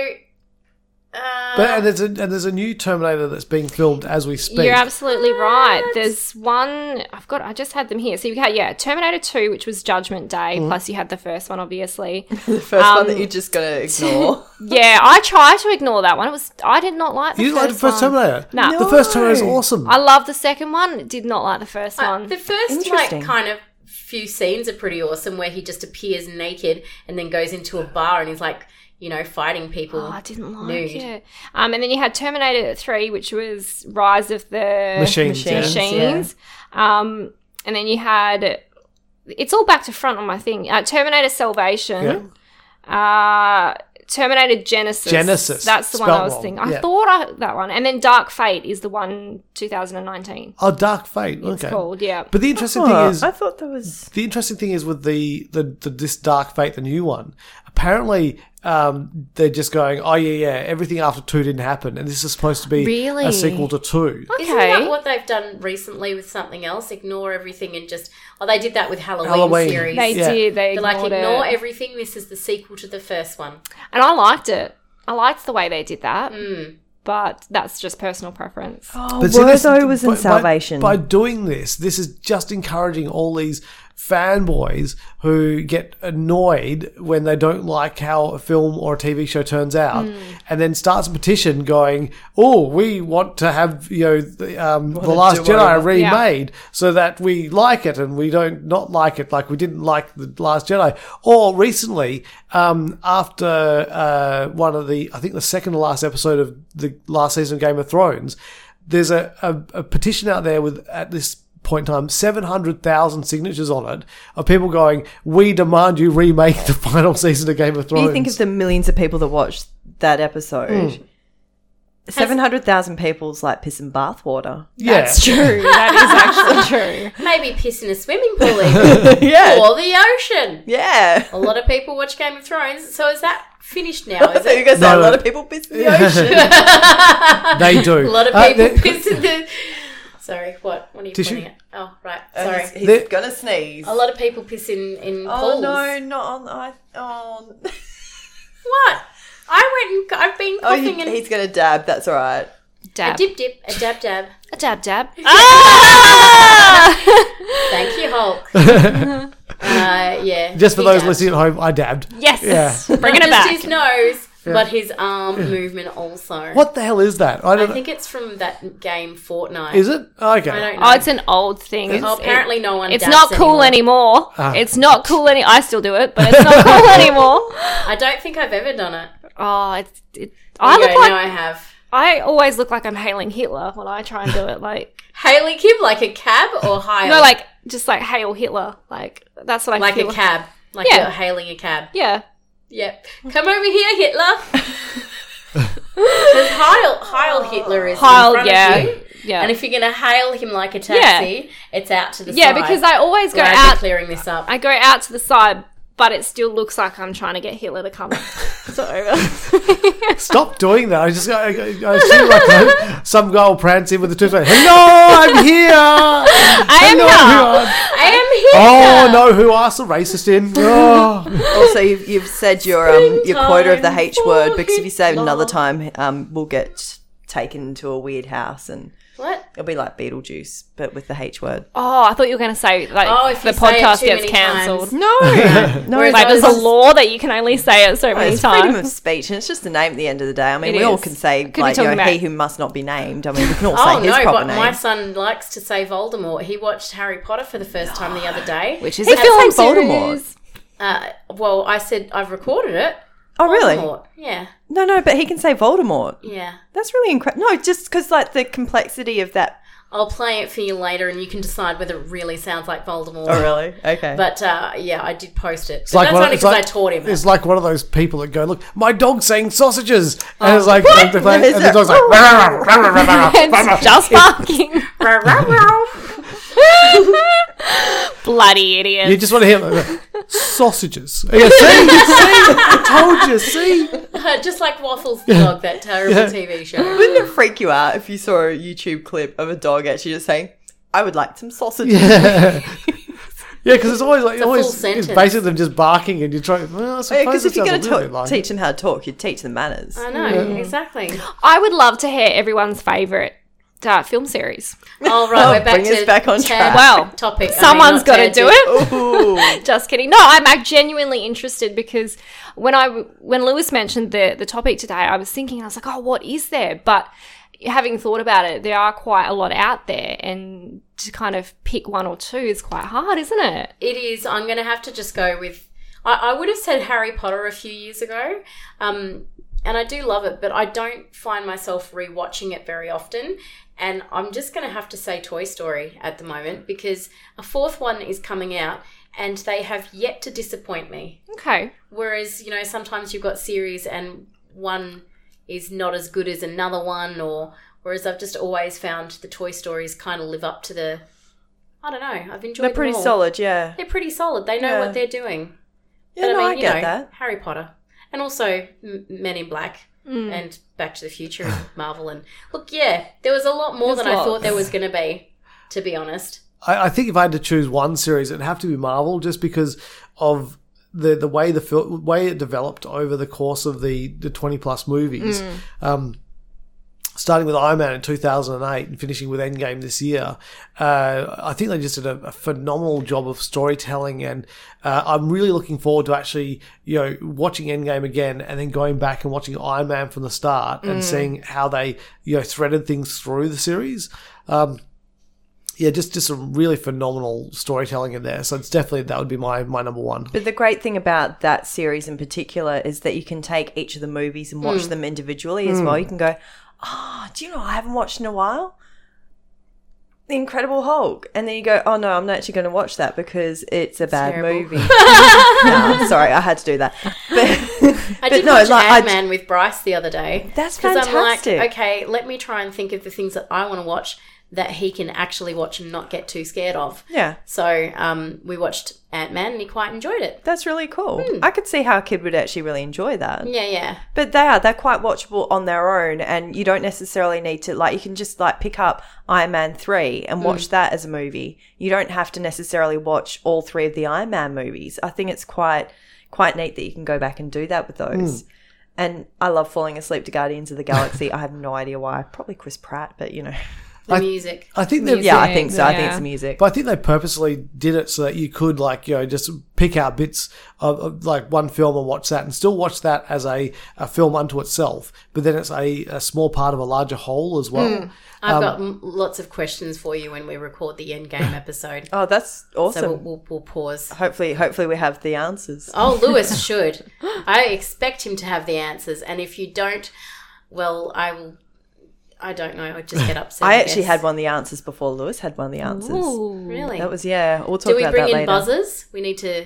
Speaker 5: But and there's a and there's a new Terminator that's being filmed as we speak.
Speaker 3: You're absolutely right. There's one I've got. I just had them here. So you had yeah, Terminator Two, which was Judgment Day. Plus you had the first one, obviously.
Speaker 2: The first one that you're just gonna ignore.
Speaker 3: yeah, I tried to ignore that one. It was I did not like the
Speaker 5: you didn't
Speaker 3: first
Speaker 5: like the first
Speaker 3: one.
Speaker 5: Terminator?
Speaker 3: No.
Speaker 5: The first Terminator is awesome.
Speaker 3: I love the second one. Did not like the first one.
Speaker 4: Uh, The first
Speaker 2: Interesting.
Speaker 4: like kind of few scenes are pretty awesome where he just appears naked and then goes into a bar and he's like, you know, fighting people.
Speaker 3: Oh, I didn't like
Speaker 4: Nude.
Speaker 3: it. Um, and then you had Terminator Three, which was Rise of the
Speaker 5: Machines. yeah.
Speaker 2: Machines.
Speaker 3: Machines. Um, and then you had it's all back to front on my thing. Uh, Terminator Salvation. Uh, Terminator Genesis.
Speaker 5: Genesis.
Speaker 3: That's the one
Speaker 5: Spelt
Speaker 3: I was
Speaker 5: wrong.
Speaker 3: thinking. I
Speaker 5: Yeah.
Speaker 3: thought I, that one. And then Dark Fate is the one 2019.
Speaker 5: Oh, Dark Fate.
Speaker 3: It's
Speaker 5: okay.
Speaker 3: called, yeah.
Speaker 5: But the interesting
Speaker 2: Oh,
Speaker 5: thing is,
Speaker 2: I thought that was
Speaker 5: the interesting thing is with the, the, the this Dark Fate, the new one. Apparently, um, they're just going, oh yeah, yeah, everything after two didn't happen, and this is supposed to be
Speaker 3: Really?
Speaker 5: a sequel to two.
Speaker 4: Isn't
Speaker 3: Okay.
Speaker 4: that what they've done recently with something else? Ignore everything and just oh, they did that with Halloween,
Speaker 5: Halloween.
Speaker 4: series.
Speaker 3: They
Speaker 5: Yeah.
Speaker 3: did. They
Speaker 4: They're
Speaker 3: ignored
Speaker 4: like ignore
Speaker 3: it.
Speaker 4: everything. This is the sequel to the first one.
Speaker 3: and I liked it. I liked the way they did that.
Speaker 4: Hmm.
Speaker 3: But that's just personal preference.
Speaker 2: Oh,
Speaker 5: But see,
Speaker 2: Wertho
Speaker 5: this-
Speaker 2: was in
Speaker 5: by- by-
Speaker 2: Salvation.
Speaker 5: By, doing this, this is just encouraging all these fanboys who get annoyed when they don't like how a film or a TV show turns out, and then starts a petition going, "Oh, we want to have you know the, um, the Last
Speaker 2: do-over."
Speaker 5: Jedi
Speaker 3: Yeah.
Speaker 5: remade so that we like it and we don't not like it like we didn't like the Last Jedi." Or recently, um, after uh, one of the I think the second to last episode of the last season of Game of Thrones there's a, a, a petition out there with at this point in time 700,000 signatures on it of people going we demand you remake the final season of Game of Thrones
Speaker 2: you think of the millions of people that watched that episode. Seven hundred thousand people's like piss and bathwater.
Speaker 5: yeah
Speaker 3: That's true. That is actually true.
Speaker 4: Maybe piss in a swimming pool even,
Speaker 2: yeah,
Speaker 4: or the ocean.
Speaker 2: yeah.
Speaker 4: A lot of people watch Game of Thrones. So is that finished now? Is
Speaker 2: So you
Speaker 4: it?
Speaker 2: guys say
Speaker 5: No, no.
Speaker 2: a lot of people piss in the ocean.
Speaker 5: they do
Speaker 4: A lot of
Speaker 5: Uh,
Speaker 4: people
Speaker 5: they-
Speaker 4: piss in the. Sorry, what? What are you
Speaker 5: Tissue?
Speaker 4: pointing at? Oh, right.
Speaker 2: And
Speaker 4: Sorry.
Speaker 2: Uh, he's, he's
Speaker 5: There-
Speaker 2: gonna sneeze.
Speaker 4: A lot of people piss in in
Speaker 2: Oh
Speaker 4: pools.
Speaker 2: no, not on. I, oh,
Speaker 4: What? I went and I've been
Speaker 2: oh
Speaker 4: coughing
Speaker 2: he,
Speaker 4: and
Speaker 2: he's gonna dab. That's all right.
Speaker 4: a
Speaker 3: Dab.
Speaker 4: dip dip, a dab dab.
Speaker 3: A dab dab. Ah!
Speaker 4: Thank you, Hulk. uh, yeah.
Speaker 5: just for
Speaker 4: he
Speaker 5: those
Speaker 4: dabbed.
Speaker 5: listening at home I dabbed
Speaker 3: yes.
Speaker 5: Yeah.
Speaker 3: Bringing it
Speaker 4: Just
Speaker 3: back.
Speaker 4: his nose, but his arm movement also.
Speaker 5: what the hell is that I
Speaker 4: I
Speaker 5: don't
Speaker 4: think it's from that game Fortnite.
Speaker 5: is it okay
Speaker 4: I don't know.
Speaker 3: Oh, it's an old thing. It's,
Speaker 4: Oh, apparently no one.
Speaker 3: it- it's
Speaker 4: dabs
Speaker 3: not cool
Speaker 4: anymore.
Speaker 3: anymore.
Speaker 5: Ah.
Speaker 3: It's not cool any. I still do it, but it's not cool anymore.
Speaker 4: I don't think I've ever done it.
Speaker 3: Oh, it's. It, I
Speaker 4: There you
Speaker 3: look
Speaker 4: go,
Speaker 3: like
Speaker 4: now I have.
Speaker 3: I always look like I'm hailing Hitler when I try and do it. Like
Speaker 4: Haley Kib, like a cab or high?
Speaker 3: no, like just like hail Hitler. Like that's what I
Speaker 4: like
Speaker 3: feel
Speaker 4: a cab, like
Speaker 3: Yeah.
Speaker 4: you're hailing a cab.
Speaker 3: Yeah.
Speaker 4: Yep. Come over here, Hitler. Because Heil, Heil Hitler is in
Speaker 3: Heil.
Speaker 4: front
Speaker 3: Yeah.
Speaker 4: of you.
Speaker 3: Yeah.
Speaker 4: And if you're going to hail him like a taxi, it's out to the
Speaker 3: yeah,
Speaker 4: side.
Speaker 3: because I always go
Speaker 4: Glad
Speaker 3: out.
Speaker 4: you're clearing this up.
Speaker 3: I go out to the side, but it still looks like I'm trying to get Hitler to come. so.
Speaker 5: stop doing that I just I, I, I see like um, some guy will prance in with the tooth like, hello I'm here I
Speaker 3: am
Speaker 5: am here
Speaker 4: I am here.
Speaker 5: oh no who asked the racist in oh
Speaker 2: Also, you've, you've said your um your quota of the
Speaker 4: Springtime
Speaker 2: H word
Speaker 4: for
Speaker 2: because if you say it another
Speaker 4: Hitler.
Speaker 2: time, um, we'll get taken to a weird house and
Speaker 4: What?
Speaker 2: it'll be like Beetlejuice, but with the H word.
Speaker 3: Oh, I thought you were going to say like
Speaker 4: Oh, if
Speaker 3: the
Speaker 4: you say it
Speaker 3: podcast
Speaker 4: too
Speaker 3: gets
Speaker 4: many
Speaker 3: cancelled.
Speaker 4: times.
Speaker 2: No, no, it's
Speaker 3: Like
Speaker 2: not-
Speaker 3: there's a law that you can only say it so
Speaker 5: Oh,
Speaker 2: Well,
Speaker 3: many
Speaker 2: It's freedom of
Speaker 3: times.
Speaker 2: speech, and it's just a name at the end of the day. I mean,
Speaker 3: It
Speaker 2: we all
Speaker 3: is.
Speaker 2: can say
Speaker 3: be
Speaker 2: like you know,
Speaker 3: talking about-
Speaker 2: he who must not be named. I mean, we can all say
Speaker 4: Oh
Speaker 2: his
Speaker 4: no,
Speaker 2: proper
Speaker 4: but
Speaker 2: name.
Speaker 4: my son likes to say Voldemort. He watched Harry Potter for the first time the other day.
Speaker 3: Which is
Speaker 2: He
Speaker 3: a
Speaker 2: can
Speaker 3: film
Speaker 2: say Voldemort.
Speaker 3: series.
Speaker 4: Uh, well, I said I've recorded it.
Speaker 2: oh, really?
Speaker 4: Voldemort. Yeah,
Speaker 2: No, no, but he can say Voldemort.
Speaker 4: yeah.
Speaker 2: That's really incredible. No, just because like the complexity of that.
Speaker 4: I'll play it for you later, and you can decide whether it really sounds like Voldemort.
Speaker 2: Oh, really? Okay.
Speaker 4: But uh, yeah, I did post it.
Speaker 5: It's
Speaker 4: But that's
Speaker 5: one-
Speaker 4: only
Speaker 5: it's
Speaker 4: because
Speaker 5: like-
Speaker 4: I taught him.
Speaker 5: It's like one of those people that go, "Look, my dog's saying sausages," and
Speaker 4: Oh.
Speaker 5: it's like, they're playing-
Speaker 2: Is
Speaker 5: and the
Speaker 2: it-
Speaker 5: dog's like, "Rah, rah, rah, rah, rah, rah, rah."
Speaker 3: It's just barking. Bloody idiot.
Speaker 5: you just want to hear like, sausages. Yeah, see, see, I told you, see.
Speaker 4: Just like Waffles the dog, that terrible TV show.
Speaker 2: Wouldn't it freak you out if you saw a YouTube clip of a dog actually just saying, "I would like some sausages"?
Speaker 5: Yeah, because it's always like
Speaker 4: a
Speaker 5: always
Speaker 4: full
Speaker 5: it's
Speaker 4: sentence.
Speaker 5: basically them just barking, and you try. Well, I suppose
Speaker 2: Because
Speaker 5: it
Speaker 2: if you're going
Speaker 5: sounds a
Speaker 2: to
Speaker 5: little bit like-
Speaker 2: teach them how to talk, you teach them manners.
Speaker 4: I know, exactly.
Speaker 3: I would love to hear everyone's favourite uh, film series.
Speaker 4: All right, we're back
Speaker 2: bring us
Speaker 4: to
Speaker 2: back on
Speaker 4: tan-
Speaker 2: track.
Speaker 3: Well,
Speaker 4: topic. I mean, not
Speaker 3: Someone's got to do
Speaker 4: tangent.
Speaker 3: it.
Speaker 2: Ooh.
Speaker 3: Just kidding. No, I'm uh, genuinely interested because when I w- when Lewis mentioned the the topic today, I was thinking I was like, oh, what is there? But having thought about it, there are quite a lot out there, and to kind of pick one or two is quite hard, isn't it?
Speaker 4: It is. I'm going to have to just go with. I, I would have said Harry Potter a few years ago, um, and I do love it, but I don't find myself rewatching it very often. And I'm just going to have to say Toy Story at the moment because a fourth one is coming out, and they have yet to disappoint me.
Speaker 3: Okay.
Speaker 4: Whereas, you know, sometimes you've got series and one is not as good as another one, or whereas I've just always found the Toy Stories kind of live up to the. I don't know. I've enjoyed.
Speaker 2: They're
Speaker 4: them
Speaker 2: pretty
Speaker 4: all.
Speaker 2: solid, yeah.
Speaker 4: They're pretty solid. They know
Speaker 2: Yeah.
Speaker 4: what they're doing.
Speaker 2: Yeah, no, I, get that.
Speaker 4: Harry Potter, and also M- Men in Black, and Back to the Future, and Marvel, and look, yeah, there was a lot more
Speaker 3: There's
Speaker 4: than I
Speaker 3: lots.
Speaker 4: thought there was going to be. To be honest,
Speaker 5: I, I think if I had to choose one series, it'd have to be Marvel, just because of the the way the fil- way it developed over the course of the the twenty plus movies. Um, starting with Iron Man in 2008 and finishing with Endgame this year, uh, I think they just did a, a phenomenal job of storytelling. And uh, I'm really looking forward to actually, you know, watching Endgame again and then going back and watching Iron Man from the start and seeing how they, you know, threaded things through the series. Um, yeah, just, just some really phenomenal storytelling in there. So it's definitely, that would be my, my number one.
Speaker 2: But the great thing about that series in particular is that you can take each of the movies and watch them individually as well. You can go, ah, do you know what I haven't watched in a while? The Incredible Hulk. And then you go, oh no, I'm not actually going to watch that because it's a bad
Speaker 4: Terrible.
Speaker 2: movie. no, sorry, I had to do that. But,
Speaker 4: I
Speaker 2: but
Speaker 4: did
Speaker 2: no,
Speaker 4: watch
Speaker 2: like, I-
Speaker 4: Ant Man with Bryce the other day.
Speaker 2: That's
Speaker 4: 'cause I'm
Speaker 2: fantastic.
Speaker 4: like, okay, let me try and think of the things that I want to watch that he can actually watch and not get too scared of.
Speaker 2: yeah,
Speaker 4: So um, we watched Ant Man and he quite enjoyed it.
Speaker 2: that's really cool. I could see how a kid would actually really enjoy that.
Speaker 4: Yeah, yeah.
Speaker 2: But they are, they're quite watchable on their own, and you don't necessarily need to, like, you can just, like, pick up Iron Man 3
Speaker 4: Mm.
Speaker 2: and watch that as a movie. You don't have to necessarily watch all three of the Iron Man movies. I think it's quite, quite neat that you can go back and do that with
Speaker 4: Mm.
Speaker 2: those. And I love falling asleep to Guardians of the Galaxy. I have no idea why. Probably Chris Pratt, but you know.
Speaker 4: The
Speaker 5: I-
Speaker 4: music.
Speaker 5: I think they've,
Speaker 2: Yeah, I think so. I think
Speaker 3: yeah.
Speaker 2: it's music.
Speaker 5: But I think they purposely did it so that you could, like, you know, just pick out bits of, of like one film and watch that and still watch that as a, a film unto itself. But then it's a, a small part of a larger whole as well.
Speaker 2: Hmm.
Speaker 4: I've got
Speaker 2: um,
Speaker 4: m- lots of questions for you when we record the Endgame episode.
Speaker 2: oh, that's awesome.
Speaker 4: So we'll, we'll, we'll pause.
Speaker 2: hopefully, hopefully we have the answers.
Speaker 4: Oh, Lewis should. I expect him to have the answers. And if you don't, well, I will. I don't know. I just get upset.
Speaker 2: I actually had
Speaker 4: guess.
Speaker 2: one of the answers before Lewis had one of the answers.
Speaker 4: Really?
Speaker 2: That was, yeah. We'll talk
Speaker 4: Do we
Speaker 2: about
Speaker 4: bring
Speaker 2: that
Speaker 4: in
Speaker 2: later.
Speaker 4: buzzers? We need to.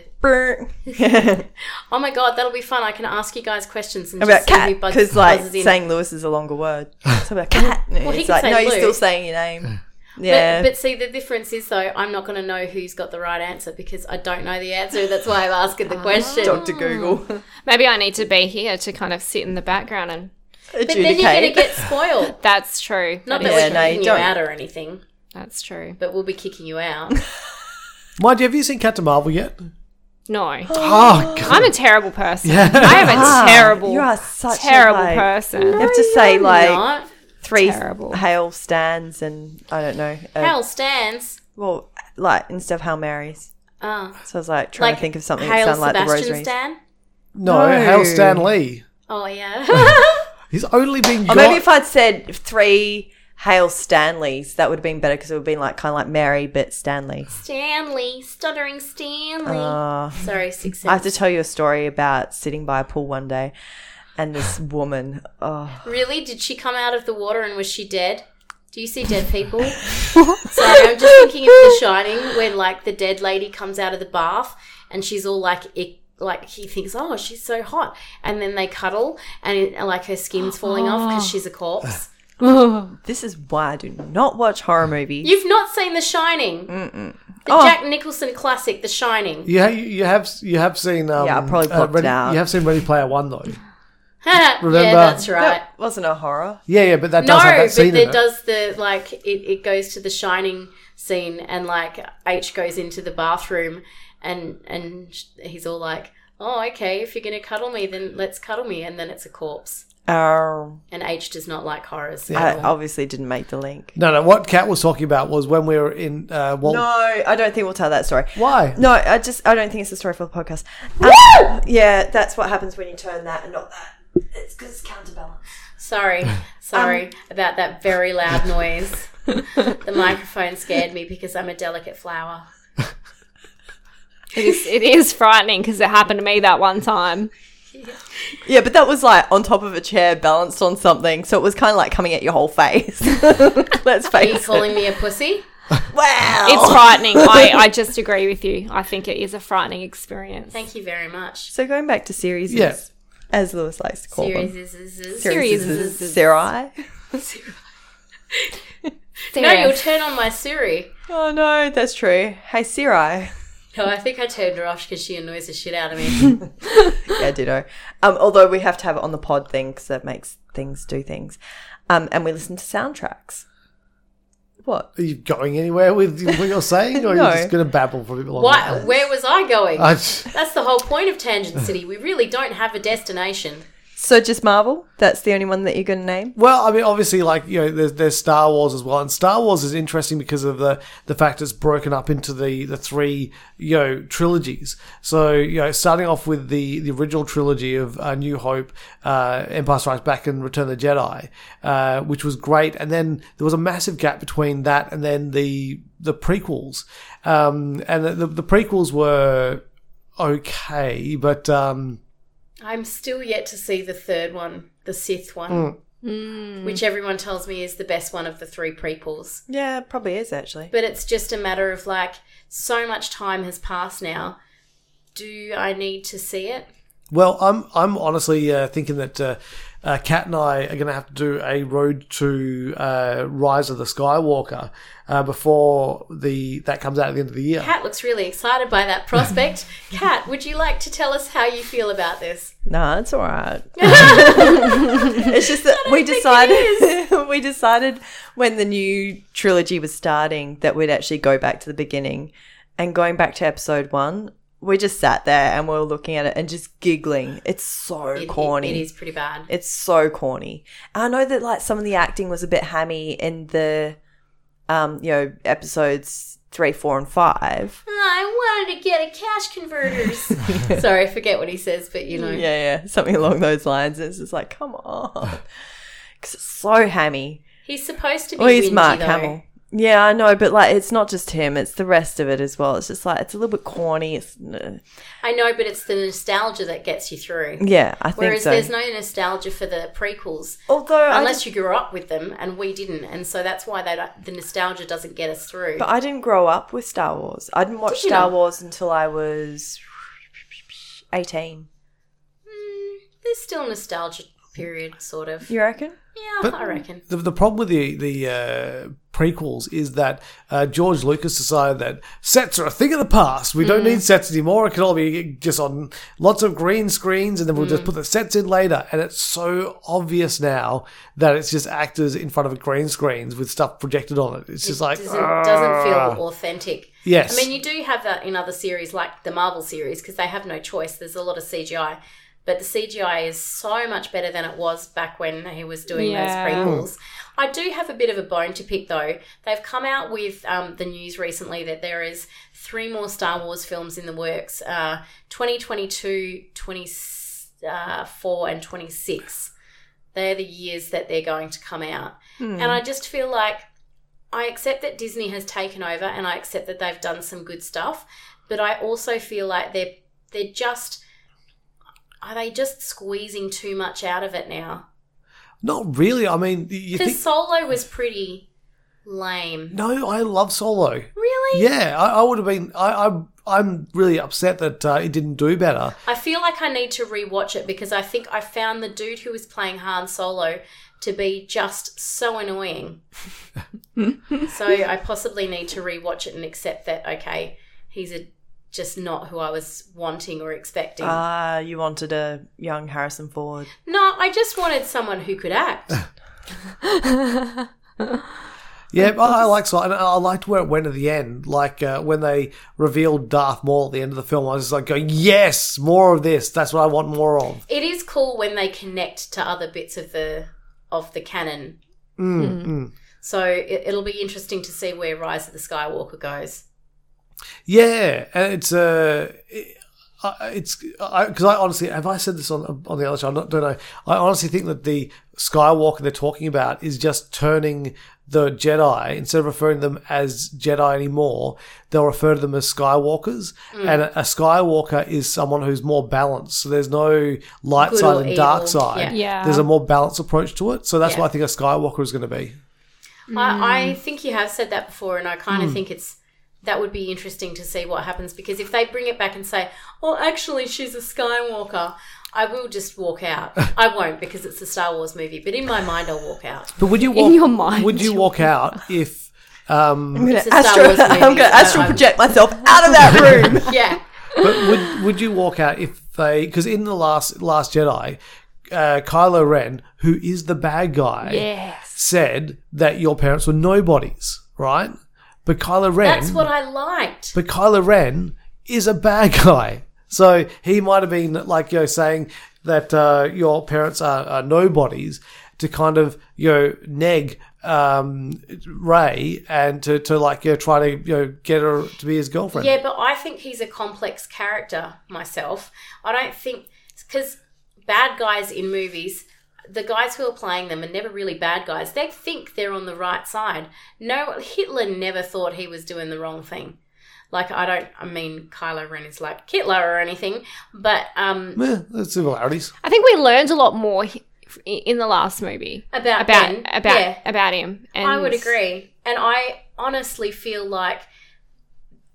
Speaker 2: Brr.
Speaker 4: Oh my god, that'll be fun. I can ask you guys questions and
Speaker 2: about
Speaker 4: just see
Speaker 2: cat
Speaker 4: who buzz-
Speaker 2: because like
Speaker 4: buzzers in.
Speaker 2: saying Lewis is a longer word. So about cat.
Speaker 4: Well, he
Speaker 2: it's
Speaker 4: can
Speaker 2: like
Speaker 4: say
Speaker 2: no, you're still
Speaker 4: Luke.
Speaker 2: saying your name.
Speaker 4: But-
Speaker 2: Yeah,
Speaker 4: But, see, the difference is though, I'm not going to know who's got the right answer because I don't know the answer. That's why I'm asking the
Speaker 2: Ah.
Speaker 4: question.
Speaker 2: Doctor Google.
Speaker 3: Maybe I need to be here to kind of sit in the background, and
Speaker 4: but then you're going to
Speaker 2: Adjudicate.
Speaker 4: get spoiled.
Speaker 3: that's true.
Speaker 4: Not
Speaker 3: That
Speaker 4: that
Speaker 3: is-
Speaker 2: Yeah,
Speaker 4: we're
Speaker 2: no, you
Speaker 4: kicking you
Speaker 2: don't.
Speaker 4: out or anything,
Speaker 3: that's true.
Speaker 4: but we'll be kicking you out.
Speaker 5: Mind you, have you seen Captain Marvel yet?
Speaker 3: No,
Speaker 2: Uh,
Speaker 5: Oh, God.
Speaker 3: I'm a terrible person. I am
Speaker 4: Ah,
Speaker 3: a terrible,
Speaker 2: You are such
Speaker 3: terrible
Speaker 2: a, like,
Speaker 3: person.
Speaker 2: You have to say like
Speaker 4: Not.
Speaker 2: three
Speaker 3: Terrible.
Speaker 2: hail stands and I don't know. uh,
Speaker 4: Hell stands.
Speaker 2: Well, like instead of hail marys.
Speaker 4: Oh.
Speaker 2: So I was like trying to think of something that
Speaker 4: Hail
Speaker 2: sounded like the
Speaker 4: Sebastian
Speaker 2: rosaries.
Speaker 4: Stan.
Speaker 5: No,
Speaker 2: No.
Speaker 5: Hail Stan Lee.
Speaker 4: Oh yeah.
Speaker 5: He's only been
Speaker 2: Or
Speaker 5: got.
Speaker 2: Oh, maybe if I'd said three hail Stanleys, that would have been better because it would have been like kind of like Mary but Stanley.
Speaker 4: Stanley, stuttering Stanley.
Speaker 2: Uh,
Speaker 4: Sorry, six.
Speaker 2: I have to tell you a story about sitting by a pool one day and this woman. Oh,
Speaker 4: Really? Did she come out of the water and was she dead? Do you see dead people? Sorry, I'm just thinking of The Shining when like the dead lady comes out of the bath and she's all like ick. Like he thinks, oh, she's so hot, and then they cuddle, and it, like her skin's falling off because she's a corpse.
Speaker 2: this is why I do not watch horror movies.
Speaker 4: You've not seen The Shining, Mm-mm. the
Speaker 2: Oh.
Speaker 4: Jack Nicholson classic, The Shining.
Speaker 5: You, ha- you have you have seen um,
Speaker 2: Yeah, I probably blocked it
Speaker 5: Ready-
Speaker 2: out.
Speaker 5: You have seen Ready Player One though.
Speaker 4: yeah, that's right.
Speaker 2: That wasn't a horror.
Speaker 5: Yeah, yeah, but that
Speaker 4: No,
Speaker 5: does have that
Speaker 4: but
Speaker 5: scene in
Speaker 4: there
Speaker 5: it.
Speaker 4: does the like it, it goes to the shining scene, and like H goes into the bathroom, and and sh- he's all like, "Oh, okay, if you're gonna cuddle me, then let's cuddle me," and then it's a corpse.
Speaker 2: Oh,
Speaker 4: And H does not like horrors.
Speaker 2: I
Speaker 4: At all.
Speaker 2: obviously didn't make the link.
Speaker 5: No, no. What Kat was talking about was when we were in uh, Walt.
Speaker 2: No, I don't think we'll tell that story.
Speaker 5: Why?
Speaker 2: No, I just I don't think it's a story for the podcast. Um, yeah, that's what happens when you turn that and not that.
Speaker 1: It's because it's counterbalance.
Speaker 4: Sorry, sorry about that very loud noise. the microphone scared me because I'm a delicate flower.
Speaker 3: It is, it is frightening because it happened to me that one time.
Speaker 2: Yeah, but that was like on top of a chair, balanced on something, so it was kind of like coming at your whole face. Let's
Speaker 4: Are you
Speaker 2: face it.
Speaker 4: calling me a pussy?
Speaker 2: Wow,
Speaker 4: Oh.
Speaker 3: It's frightening. I, I just agree with you. I think it is a frightening experience.
Speaker 4: Thank you very much.
Speaker 2: So going back to series,
Speaker 5: Yeah.
Speaker 2: as Lewis likes to call
Speaker 4: Series
Speaker 2: them,
Speaker 4: is, is, is.
Speaker 3: Series.
Speaker 2: series, Sarai.
Speaker 4: No, you'll
Speaker 3: Serious.
Speaker 4: turn on my Siri.
Speaker 2: Oh no, that's true. Hey, Sarai.
Speaker 4: No, I think I turned her off because she annoys the shit out of me.
Speaker 2: Yeah, ditto. Um, although we have to have it on the pod thing because that makes things do things. Um, and we listen to soundtracks. What?
Speaker 5: Are you going anywhere with what you're saying, or are
Speaker 2: No.
Speaker 5: you just going to babble for a bit longer?
Speaker 4: Why? Where was I going?
Speaker 5: I just-
Speaker 4: That's the whole point of Tangent City. We really don't have a destination.
Speaker 2: So just Marvel? That's the only one that you're going to name?
Speaker 5: Well, I mean, obviously, like you know, there's, there's Star Wars as well, and Star Wars is interesting because of the the fact it's broken up into the the three you know trilogies. So you know, starting off with the the original trilogy of uh, New Hope, uh, Empire Strikes Back, and Return of the Jedi, uh, which was great, and then there was a massive gap between that and then the the prequels, um, and the, the prequels were okay, but. Um,
Speaker 4: I'm still yet to see the third one, the Sith one, which everyone tells me is the best one of the three prequels.
Speaker 2: Yeah, it probably is actually.
Speaker 4: But it's just a matter of like, so much time has passed now. Do I need to see it?
Speaker 5: Well, I'm I'm honestly uh, thinking that uh, uh, Kat and I are going to have to do a road to uh, Rise of the Skywalker uh, before the that comes out at the end of the year.
Speaker 4: Kat looks really excited by that prospect. Kat, would you like to tell us how you feel about this?
Speaker 2: Nah, it's all right. it's just that we decided we decided when the new trilogy was starting that we'd actually go back to the beginning, and going back to episode one, we just sat there and we were looking at it and just giggling. It's so
Speaker 4: It- it-
Speaker 2: corny.
Speaker 4: it is pretty bad.
Speaker 2: It's so corny. I know that like some of the acting was a bit hammy in the, um, you know, episodes three, four, and five.
Speaker 4: I wanted to get a cash converters. Sorry, I forget what he says, but you know.
Speaker 2: Yeah, yeah, something along those lines. It's just like, come on, because it's so hammy.
Speaker 4: He's supposed to be
Speaker 2: Or he's
Speaker 4: whingy,
Speaker 2: Mark
Speaker 4: though.
Speaker 2: Hamill. Yeah, I know, but like, it's not just him; it's the rest of it as well. It's just like it's a little bit corny. It's uh,
Speaker 4: I know, but it's the nostalgia that gets you through.
Speaker 2: yeah, I think
Speaker 4: Whereas
Speaker 2: so.
Speaker 4: there's no nostalgia for the prequels,
Speaker 2: Although, I
Speaker 4: unless
Speaker 2: just-
Speaker 4: you grew up with them, and we didn't, and so that's why they don't, the nostalgia doesn't get us through.
Speaker 2: but I didn't grow up with Star Wars. I didn't watch
Speaker 4: you
Speaker 2: Star
Speaker 4: not?
Speaker 2: Wars until I was eighteen.
Speaker 4: Mm, There's still nostalgia period, sort of.
Speaker 2: You reckon?
Speaker 4: Yeah, I reckon.
Speaker 5: the, the problem with the the uh, prequels is that uh, George Lucas decided that sets are a thing of the past. We
Speaker 4: Mm.
Speaker 5: don't need sets anymore. It can all be just on lots of green screens, and then we'll just
Speaker 4: Mm.
Speaker 5: put the sets in later. And it's so obvious now that it's just actors in front of green screens with stuff projected on it. It's just like
Speaker 4: doesn't,
Speaker 5: "Ah."
Speaker 4: doesn't feel authentic.
Speaker 5: Yes.
Speaker 4: I mean, you do have that in other series like the Marvel series because they have no choice. There's a lot of CGI, but the CGI is so much better than it was back when he was doing
Speaker 3: Yeah.
Speaker 4: those prequels. I do have a bit of a bone to pick though. They've come out with um, the news recently that there is three more Star Wars films in the works uh, 2022, 24, uh, and 26. They're the years that they're going to come out. And I just feel like I accept that Disney has taken over and I accept that they've done some good stuff, but I also feel like they're they're just are they just squeezing too much out of it now?
Speaker 5: not really. I mean, you
Speaker 4: Because
Speaker 5: think
Speaker 4: Solo was pretty lame.
Speaker 5: no? I love Solo.
Speaker 4: Really?
Speaker 5: Yeah, I, I would have been. I, I I'm really upset that uh, it didn't do better.
Speaker 4: I feel like I need to rewatch it because I think I found the dude who was playing Han Solo to be just so annoying. so I possibly need to rewatch it and accept that okay, he's a just not who I was wanting or expecting.
Speaker 2: Ah, you wanted a young Harrison Ford.
Speaker 4: No, I just wanted someone who could act.
Speaker 5: Yeah, I, I like Sly, and I liked where it went at the end. Like uh, when they revealed Darth Maul at the end of the film, I was just like, going, "Yes, more of this. That's what I want more of."
Speaker 4: It is cool when they connect to other bits of the of the canon.
Speaker 5: Mm, mm.
Speaker 4: So it, it'll be interesting to see where Rise of the Skywalker goes.
Speaker 5: Yeah, and it's uh, it- I- it's because I, honestly have I said this on on the other show. I don't know. I honestly think that the Skywalker they're talking about is just turning the Jedi instead of referring to them as Jedi anymore, they'll refer to them as Skywalkers.
Speaker 4: Mm.
Speaker 5: And a, a Skywalker is someone who's more balanced. So there's no light
Speaker 4: Good
Speaker 5: side
Speaker 4: or
Speaker 5: and dark
Speaker 4: evil,
Speaker 5: side.
Speaker 4: yeah.
Speaker 3: Yeah.
Speaker 5: There's a more balanced approach to it. So that's
Speaker 4: Yeah.
Speaker 5: what I think a Skywalker is going to be.
Speaker 4: I, I think you have said that before, and I kind
Speaker 5: Hmm.
Speaker 4: of think it's that would be interesting to see what happens because if they bring it back and say, "Oh, actually, she's a Skywalker," I will just walk out. I won't because it's a Star Wars movie, but in my mind, I'll walk out.
Speaker 5: But would you
Speaker 3: In
Speaker 5: walk,
Speaker 3: your mind,
Speaker 5: Would you
Speaker 3: you'll-
Speaker 5: walk out if? Um,
Speaker 2: I'm gonna
Speaker 4: It's a Star Wars movie,
Speaker 2: I'm
Speaker 4: so
Speaker 2: gonna astral
Speaker 4: I-
Speaker 2: project myself out of that room.
Speaker 4: Yeah,
Speaker 5: but would would you walk out if they? Because in the last Last Jedi, uh, Kylo Ren, who is the bad guy,
Speaker 3: Yes.
Speaker 5: said that your parents were nobodies, right? But Kylo Ren,
Speaker 4: that's what I liked.
Speaker 5: but Kylo Ren is a bad guy, so he might have been like you know saying that uh, your parents are, are nobodies to kind of you know neg um ray and to to like you know, try to you know get her to be his girlfriend
Speaker 4: Yeah, but I think he's a complex character myself. I don't think because bad guys in movies, the guys who are playing them are never really bad guys. They think they're on the right side. No, Hitler never thought he was doing the wrong thing. Like I don't, I mean, Kylo Ren is like Hitler or anything, but um,
Speaker 5: Meh, there's similarities
Speaker 3: I think we learned a lot more hi- in the last movie
Speaker 4: about
Speaker 3: about
Speaker 4: Ben,
Speaker 3: about
Speaker 4: yeah.
Speaker 3: about him. And
Speaker 4: I would agree. And I honestly feel like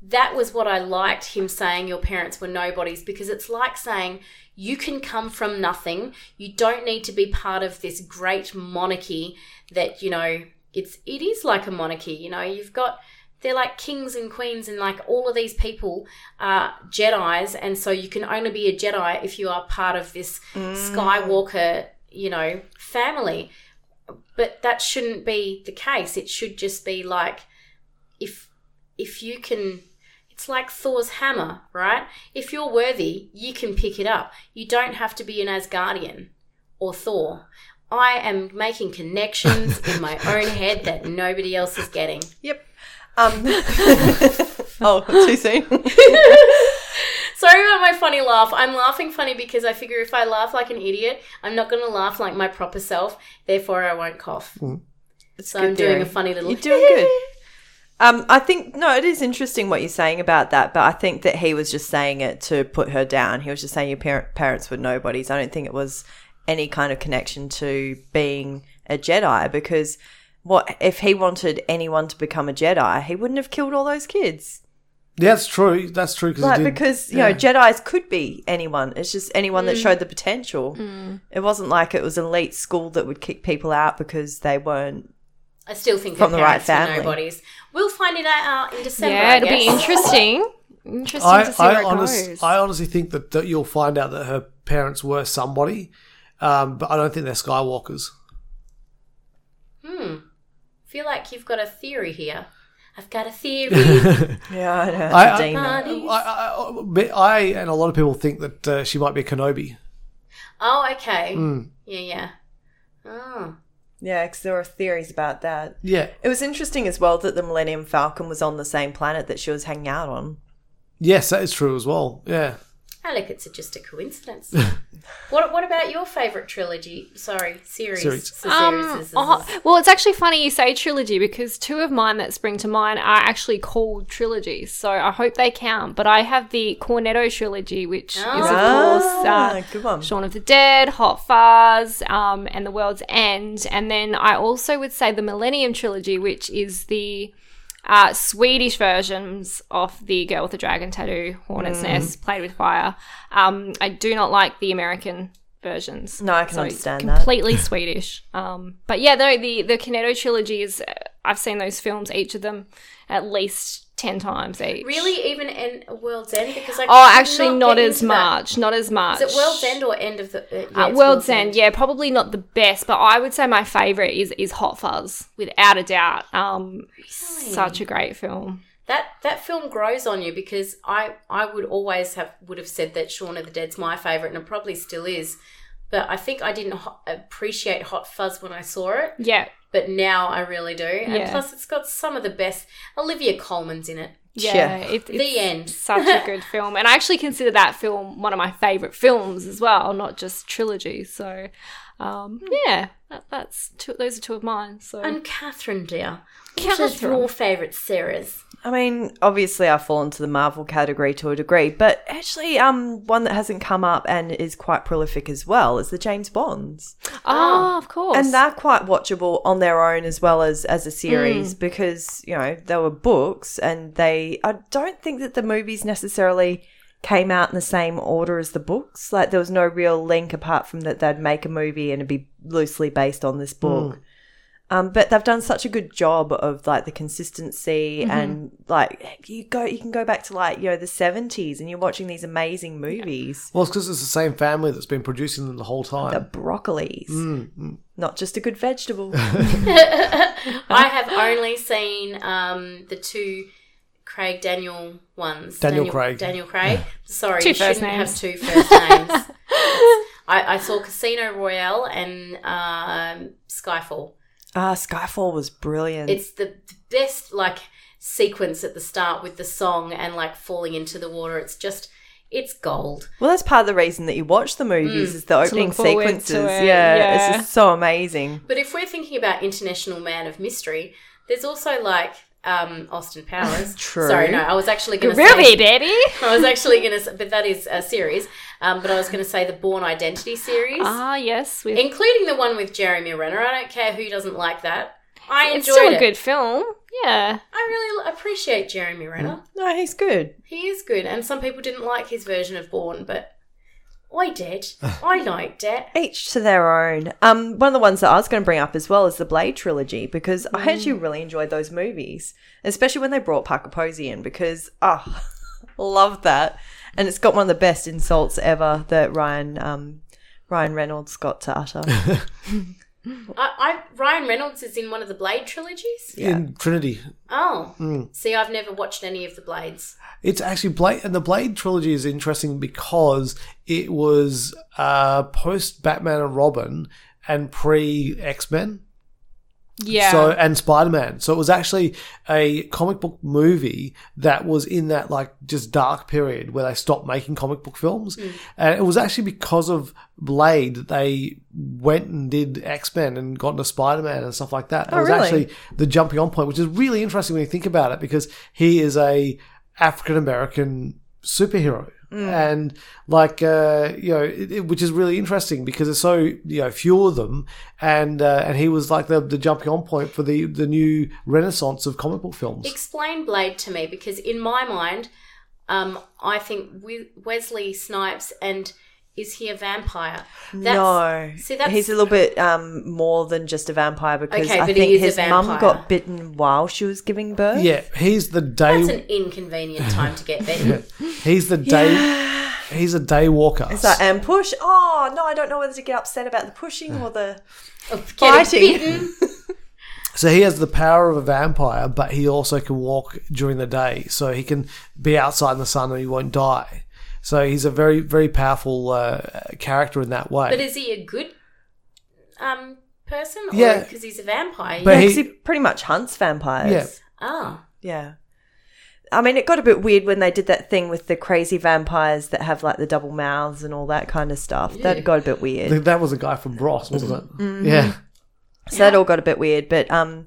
Speaker 4: that was what I liked him saying your parents were nobodies because it's like saying you can come from nothing. You don't need to be part of this great monarchy that, you know, it's it is like a monarchy, you know. You've got they're like kings and queens and like all of these people are Jedi's and so you can only be a Jedi if you are part of this Skywalker, you know, family but that shouldn't be the case it should just be like if if you can it's like thor's hammer right if you're worthy you can pick it up you don't have to be an asgardian or thor i am making connections in my own head that nobody else is getting
Speaker 2: Yep. Um. oh, too soon.
Speaker 4: sorry about my funny laugh i'm laughing funny because i figure if i laugh like an idiot i'm not going to laugh like my proper self therefore i won't cough so i'm
Speaker 2: Mm. good
Speaker 4: doing a
Speaker 2: theory.
Speaker 4: funny little
Speaker 2: You're doing good. Um, I think no, it is interesting what you're saying about that, but I think that he was just saying it to put her down. He was just saying your parent, parents were nobodies. I don't think it was any kind of connection to being a Jedi because what if he wanted anyone to become a Jedi, he wouldn't have killed all those kids.
Speaker 5: Yeah, that's true. That's true. Cause it
Speaker 2: Like
Speaker 5: did-
Speaker 2: because you
Speaker 5: yeah.
Speaker 2: know Jedi's could be anyone. It's just anyone
Speaker 4: Mm.
Speaker 2: that showed the potential. It wasn't like it was an elite school that would kick people out because they weren't
Speaker 4: I still think
Speaker 2: From
Speaker 4: her
Speaker 2: the right
Speaker 4: parents were
Speaker 2: family.
Speaker 4: Nobody's. We'll find it out uh, in December.
Speaker 3: Yeah,
Speaker 4: I
Speaker 3: it'll be
Speaker 4: guess.
Speaker 3: interesting. Interesting
Speaker 5: I,
Speaker 3: to see
Speaker 5: I,
Speaker 3: where it
Speaker 5: honest,
Speaker 3: goes.
Speaker 5: I honestly think that, that you'll find out that her parents were somebody, um, but I don't think they're Skywalkers.
Speaker 4: Hmm. feel like you've got a theory here. I've got a theory.
Speaker 2: Yeah, I know.
Speaker 5: I- I-
Speaker 2: Dean.
Speaker 5: I, I, but I and a lot of people think that uh, she might be a Kenobi.
Speaker 4: oh, okay.
Speaker 5: Hmm.
Speaker 4: Yeah, yeah. Oh.
Speaker 2: Yeah, because there are theories about that.
Speaker 5: Yeah,
Speaker 2: It was interesting as well that the Millennium Falcon was on the same planet that she was hanging out on.
Speaker 5: yes, that is true as well. Yeah,
Speaker 4: Alec, it's just a coincidence. what What about your favourite trilogy? Sorry, series.
Speaker 5: Series.
Speaker 4: So series
Speaker 3: Um,
Speaker 4: is-
Speaker 3: oh, well, it's actually funny you say trilogy because two of mine that spring to mind are actually called trilogies. So I hope they count. But I have the Cornetto trilogy, which is, of course, uh,
Speaker 2: Ah, good one.
Speaker 3: Shaun of the Dead, Hot Fuzz, um, and The World's End. And then I also would say the Millennium trilogy, which is the uh, Swedish versions of The Girl with the Dragon Tattoo, Hornet's
Speaker 2: Mm.
Speaker 3: Nest, Played with Fire. Um, I do not like the American versions.
Speaker 2: No, I can understand that.
Speaker 3: completely Swedish. Um, uh, but yeah, no, the the Kineto trilogy is. I've seen those films, each of them at least ten times each.
Speaker 4: Really, even in World's End because I
Speaker 3: Oh,
Speaker 4: could
Speaker 3: actually,
Speaker 4: not
Speaker 3: not
Speaker 4: get
Speaker 3: as
Speaker 4: into that.
Speaker 3: much. Not as much.
Speaker 4: Is it World's End or End of the uh, yeah,
Speaker 3: Uh,
Speaker 4: it's
Speaker 3: World's End, yeah, probably not the best, but I would say my favorite is is Hot Fuzz, without a doubt. Um, such a great film.
Speaker 4: That that film grows on you because I I would always have would have said that Shaun of the Dead's my favorite and it probably still is, but I think I didn't ho- appreciate Hot Fuzz when I saw it,
Speaker 3: Yeah,
Speaker 4: but now I really do. And
Speaker 3: Yeah.
Speaker 4: plus, it's got some of the best. Olivia Colman's in it.
Speaker 3: yeah,
Speaker 2: Yeah.
Speaker 3: it-
Speaker 4: The end.
Speaker 3: such a good film, and I actually consider that film one of my favorite films as well, not just trilogy. So, um, yeah, that, that's two, those are two of mine. So,
Speaker 4: Hmm. And Catherine, dear, what are
Speaker 3: Catherine.
Speaker 4: your favorite series?
Speaker 2: I mean, obviously, I fall into the Marvel category to a degree, but actually, um, one that hasn't come up and is quite prolific as well is the James Bonds,
Speaker 3: oh, of course,
Speaker 2: and they're quite watchable on their own as well as as a series because you know they were books, and they I don't think that the movies necessarily came out in the same order as the books. Like there was no real link apart from that they'd make a movie and it'd be loosely based on this book. Um, but they've done such a good job of like the consistency and like you go you can go back to like you know the 70s and you're watching these amazing movies
Speaker 5: Well, it's because it's the same family that's been producing them the whole time.
Speaker 2: the broccolis not just a good vegetable
Speaker 4: I have only seen um, the two Craig Daniel ones.
Speaker 5: Daniel Craig.
Speaker 4: Daniel Craig. Sorry,
Speaker 3: Two
Speaker 4: you
Speaker 3: first
Speaker 4: shouldn't
Speaker 3: names.
Speaker 4: have two first names. I, I saw Casino Royale and um, Skyfall.
Speaker 2: ah skyfall was brilliant
Speaker 4: It's the best like sequence at the start with the song and like falling into the water. It's just it's gold.
Speaker 2: well that's part of the reason that you watch the movies is the opening
Speaker 3: look forward to
Speaker 2: sequences
Speaker 3: it,
Speaker 2: yeah,
Speaker 3: yeah.
Speaker 2: it's just so amazing
Speaker 4: But if we're thinking about international man of mystery, there's also like um, Austin Powers.
Speaker 2: True.
Speaker 4: Sorry, no, I was actually going to say
Speaker 3: Groovy, baby.
Speaker 4: I was actually going to, but that is a series. Um, but I was going to say the Born Identity series,
Speaker 3: Ah, yes, with,
Speaker 4: including the one with Jeremy Renner. I don't care who doesn't like that. I
Speaker 3: it's
Speaker 4: enjoyed
Speaker 3: still a
Speaker 4: it.
Speaker 3: good film. Yeah,
Speaker 4: I really l- appreciate Jeremy Renner.
Speaker 3: Mm.
Speaker 2: no he's good
Speaker 4: He is good, and some people didn't like his version of Born, but I did. I liked it.
Speaker 2: each to their own um one of the ones that i was going to bring up as well is the blade trilogy because i actually really enjoyed those movies especially when they brought parker posey in because oh love that and it's got one of the best insults ever that ryan um ryan reynolds got to utter
Speaker 4: I, I Ryan Reynolds is in one of the Blade trilogies.
Speaker 5: In Trinity,
Speaker 4: Oh,
Speaker 3: Hmm.
Speaker 4: see, I've never watched any of the Blades.
Speaker 5: It's actually Blade, and the Blade trilogy is interesting because it was uh, post Batman and Robin and pre X Men.
Speaker 3: yeah.
Speaker 5: So and Spider Man. So it was actually a comic book movie that was in that like just dark period where they stopped making comic book films,
Speaker 2: Mm.
Speaker 5: and it was actually because of Blade that they went and did X Men and got into Spider Man and stuff like that. That
Speaker 2: Oh,
Speaker 5: was
Speaker 2: really?
Speaker 5: actually the jumping on point, which is really interesting when you think about it because he is a African American superhero.
Speaker 4: Mm.
Speaker 5: And like uh, you know, it, it- which is really interesting because there's so you know few of them, and uh, and he was like the, the jumping on point for the the new renaissance of comic book films.
Speaker 4: Explain Blade to me because, in my mind, um, I think we- Wesley Snipes and is he a vampire?
Speaker 2: no
Speaker 4: See, that's
Speaker 2: he's a little bit um more than just a vampire because
Speaker 4: Okay,
Speaker 2: i
Speaker 4: but he
Speaker 2: think
Speaker 4: is a
Speaker 2: his mum
Speaker 4: vampire.
Speaker 2: got bitten while she was giving birth
Speaker 5: yeah, he's the day
Speaker 4: that's an inconvenient time to get bitten.
Speaker 5: he's the day he's a day walker.
Speaker 2: So, and push. Oh no, I don't know whether to get upset about the pushing or the
Speaker 4: Of
Speaker 2: Fighting.
Speaker 4: getting bitten.
Speaker 5: So he has the power of a vampire, but he also can walk during the day. So he can be outside in the sun and he won't die. So he's a very, very powerful uh, character in that way.
Speaker 4: But is he a good um, person? Or
Speaker 5: Yeah.
Speaker 4: because he's a vampire.
Speaker 5: But-
Speaker 2: Yeah, 'cause
Speaker 5: he-
Speaker 2: he, pretty much hunts vampires.
Speaker 5: yeah,
Speaker 4: ah,
Speaker 2: Yeah. I mean, it got a bit weird when they did that thing with the crazy vampires that have like the double mouths and all that kind of stuff. That got a bit weird.
Speaker 5: Th- that was a guy from Bros, wasn't it?
Speaker 4: Mm-hmm.
Speaker 5: Yeah,
Speaker 2: So that all got a bit weird, but um,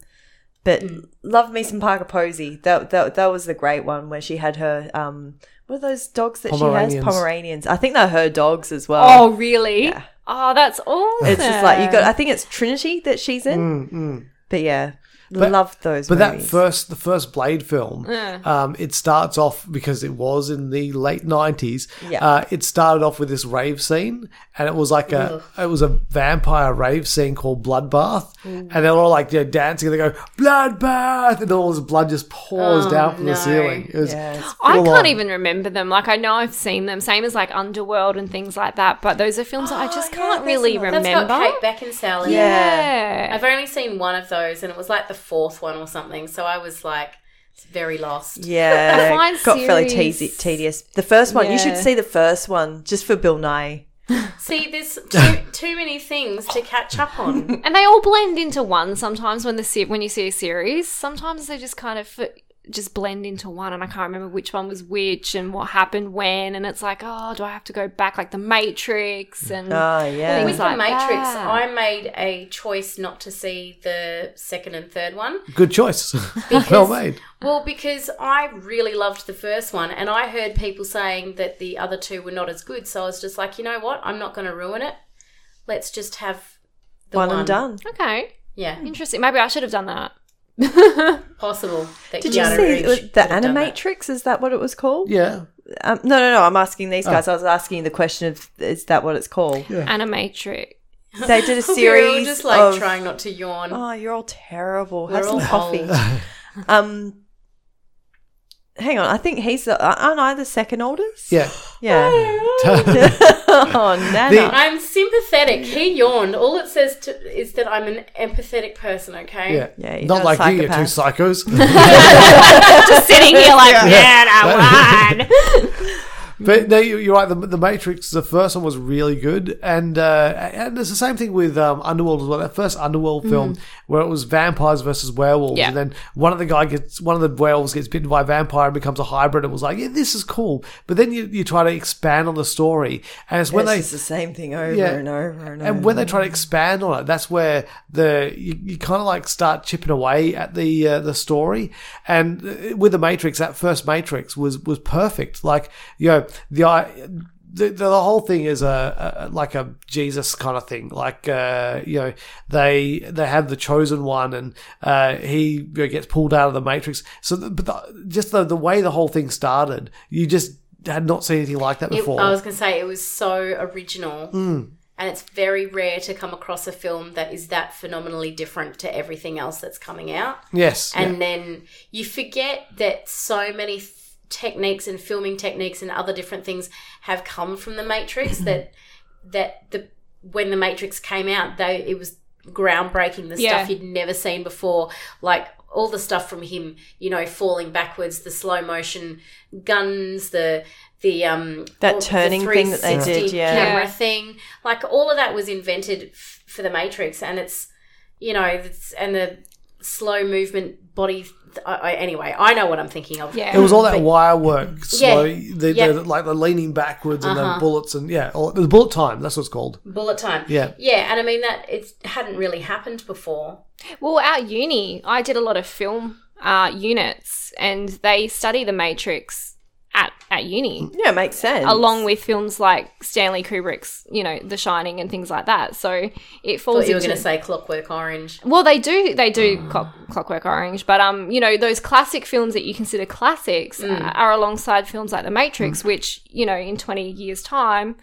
Speaker 2: but love me some Parker Posey. That that that was the great one where she had her um, what are those dogs that she has?
Speaker 5: Pomeranians.
Speaker 2: Pomeranians. I think they're her dogs as well.
Speaker 3: oh, really? Oh, that's awesome.
Speaker 2: It's just like you got. I think it's Trinity that she's in. But yeah,
Speaker 5: Mm, But-
Speaker 2: Loved those
Speaker 5: But that
Speaker 2: movies.
Speaker 5: first, the first Blade film, um, it starts off because it was in the late nineties.
Speaker 2: Yeah.
Speaker 5: Uh, it started off with this rave scene, and it was like a it was a vampire rave scene called Bloodbath, and they're all like you know, dancing, and they go Bloodbath, and all this blood just
Speaker 2: Oh,
Speaker 5: pours down from
Speaker 4: no.
Speaker 5: the ceiling. It was
Speaker 3: I
Speaker 5: full
Speaker 3: can't
Speaker 5: on.
Speaker 3: even remember them. Like I know I've seen them, same as like Underworld and things like that. But those are films that I just
Speaker 4: Ah,
Speaker 3: can't really remember.
Speaker 4: Oh, That's got Kate Beckinsale in it.
Speaker 3: yeah.
Speaker 4: I've only seen one of those, and it was like the fourth one or something. So I was like, very lost.
Speaker 2: Yeah,
Speaker 3: I find
Speaker 2: got fairly
Speaker 3: series-
Speaker 2: teasy, tedious. The first one, you should
Speaker 3: Yeah.
Speaker 2: see the first one just for Bill Nye.
Speaker 4: See, there's too, too many things to catch up on.
Speaker 3: and they all blend into one sometimes when the se- when you see a series. Sometimes they just kind of just blend into one, and I can't remember which one was which and what happened when. And it's like, oh, do I have to go back like the Matrix and
Speaker 2: Oh yeah,
Speaker 3: Well,
Speaker 4: With
Speaker 3: Things like
Speaker 4: the Matrix,
Speaker 3: that.
Speaker 4: I made a choice not to see the second and third one.
Speaker 5: good choice, well made.
Speaker 4: Well, because I really loved the first one, and I heard people saying that the other two were not as good. So I was just like, you know what? I'm not going to ruin it. Let's just have the
Speaker 2: one,
Speaker 4: one,
Speaker 2: and done.
Speaker 3: okay,
Speaker 4: Yeah,
Speaker 3: interesting. Maybe I should have done that.
Speaker 4: possible. That
Speaker 2: Did you
Speaker 4: Keanu
Speaker 2: see
Speaker 4: Reeves
Speaker 2: the
Speaker 4: should have done that.
Speaker 2: Animatrix? Is that what it was called?
Speaker 5: Yeah,
Speaker 2: Um, no, no, no. I'm asking
Speaker 5: Oh.
Speaker 2: these guys. I was asking the question of is that what it's called?
Speaker 3: Animatrix.
Speaker 2: They did a
Speaker 4: We were all
Speaker 2: series
Speaker 4: just like
Speaker 2: of.
Speaker 4: trying not to yawn.
Speaker 2: oh, you're all terrible.
Speaker 4: We're
Speaker 2: Have some
Speaker 4: all
Speaker 2: coffee. um, hang on. I think he's the aren't I the second oldest?
Speaker 5: yeah.
Speaker 2: Yeah. oh, Nana.
Speaker 4: I'm sympathetic. He yawned. All it says to, is that I'm an empathetic person. Okay.
Speaker 5: Yeah,
Speaker 2: Yeah, you're
Speaker 5: not
Speaker 2: not a
Speaker 5: like you, you two psychos.
Speaker 3: just sitting here like, man, I won.
Speaker 5: But no, you- you're right. The, the Matrix, the first one was really good, and uh, and it's the same thing with um, Underworld as well. That first Underworld film where it was vampires versus werewolves,
Speaker 3: Yeah.
Speaker 5: and then one of the guy gets one of the werewolves gets bitten by a vampire and becomes a hybrid. It was like, yeah, this is cool. But then you, you try to expand on the story, and it's when
Speaker 2: It's
Speaker 5: they
Speaker 2: just the same thing over
Speaker 5: Yeah.
Speaker 2: and over and over.
Speaker 5: and when they try to expand on it, that's where the you, you kind of like start chipping away at the uh, the story. And uh, with the Matrix, that first Matrix was was perfect. Like you know the I. The, the whole thing is a, a like a Jesus kind of thing. Like uh, you know, they they have the chosen one, and uh, he you know, gets pulled out of the matrix. So, the, but the, just the the way the whole thing started, you just had not seen anything like that
Speaker 4: It-
Speaker 5: before. Mm.
Speaker 4: I was going to say it was so original, and it's very rare to come across a film that is that phenomenally different to everything else that's coming out.
Speaker 5: yes,
Speaker 4: And then you forget that so many th- techniques and filming techniques and other different things have come from the Matrix.
Speaker 2: Mm-hmm.
Speaker 4: that that the when the Matrix came out, they it was groundbreaking. The
Speaker 3: Yeah.
Speaker 4: stuff you'd never seen before, like all the stuff from him, you know, falling backwards, the slow motion guns, the the um
Speaker 2: That
Speaker 4: all- the
Speaker 2: turning thing that they did,
Speaker 4: 360
Speaker 2: yeah.
Speaker 4: camera
Speaker 3: Yeah.
Speaker 4: thing, like all of that was invented f- for the Matrix, and it's you know, it's, and the slow movement body. I, I, anyway, I know what I'm thinking of.
Speaker 3: Yeah.
Speaker 5: It was all that
Speaker 4: But-
Speaker 5: wire work, slow, the,
Speaker 4: yeah. Uh-huh.
Speaker 5: the, like the leaning backwards and the bullets and yeah, all, the bullet time. That's what it's called.
Speaker 4: bullet time.
Speaker 5: Yeah.
Speaker 4: yeah, and I mean that it hadn't really happened before.
Speaker 3: Well, at uni, I did a lot of film uh, units, and they study the Matrix at at uni,
Speaker 2: yeah, it makes sense.
Speaker 3: along with films like Stanley Kubrick's, you know, The Shining and things like that. So it falls
Speaker 4: Thought you were
Speaker 3: into-
Speaker 4: going to say Clockwork Orange.
Speaker 3: well, they do. They do clock, Clockwork Orange, but um, you know, those classic films that you consider classics
Speaker 4: Mm.
Speaker 3: uh, are alongside films like The Matrix, which you know, in twenty years' time,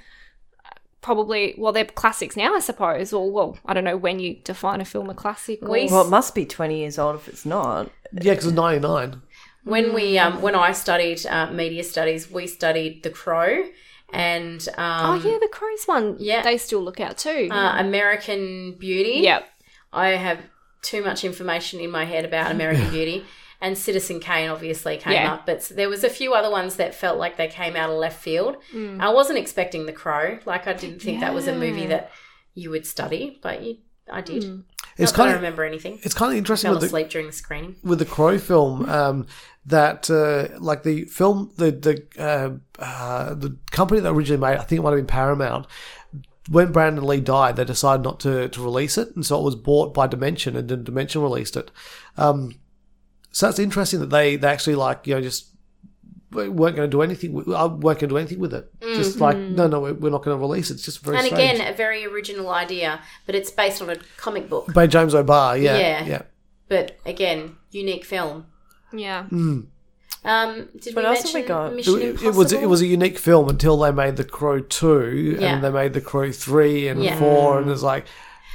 Speaker 3: probably well, they're classics now, I suppose. Or well, I don't know when you define a film a classic. Or,
Speaker 4: We-
Speaker 2: well, it must be 20 years old if it's not.
Speaker 5: Yeah, because it's ninety nine.
Speaker 4: When we, um, when I studied uh, media studies, we studied The Crow and
Speaker 3: oh
Speaker 4: um,
Speaker 3: yeah, the Crows one.
Speaker 4: yeah.
Speaker 3: they still look out too.
Speaker 4: uh, American Beauty.
Speaker 3: yep.
Speaker 4: I have too much information in my head about American Beauty. And Citizen Kane obviously came
Speaker 3: Yeah.
Speaker 4: up, but there was a few other ones that felt like they came out of left field.
Speaker 5: Mm.
Speaker 4: I wasn't expecting The Crow. Like I didn't think that was a movie that you would study, but you, I did.
Speaker 5: Mm. It's
Speaker 4: Not that I
Speaker 5: kind of
Speaker 4: remember anything.
Speaker 5: it's kind of interesting
Speaker 4: Fell
Speaker 5: with the,
Speaker 4: asleep during the screening.
Speaker 5: with the Crow film um, that uh, like the film the the uh, uh, the company that originally made I think it might have been Paramount. When Brandon Lee died, they decided not to, to release it, and so it was bought by Dimension, and then Dimension released it. Um, so that's interesting that they, they actually like you know just weren't going to do anything. With, I weren't going to do anything with it. Just like no, no, we're we're not going to release it. It's just very
Speaker 4: And
Speaker 5: strange.
Speaker 4: again, a very original idea, but it's based on a comic book.
Speaker 5: by James O'Barr. Yeah,
Speaker 4: Yeah.
Speaker 5: yeah,
Speaker 4: But again, unique film.
Speaker 3: Yeah.
Speaker 4: Um, did
Speaker 2: What
Speaker 4: we
Speaker 2: else have
Speaker 4: mention
Speaker 2: we got?
Speaker 4: Mission
Speaker 5: It, it was it
Speaker 4: Impossible?
Speaker 5: was a unique film until they made the Crow two,
Speaker 4: Yeah.
Speaker 5: and then they made the Crow three and
Speaker 4: Yeah.
Speaker 5: four, and it's like,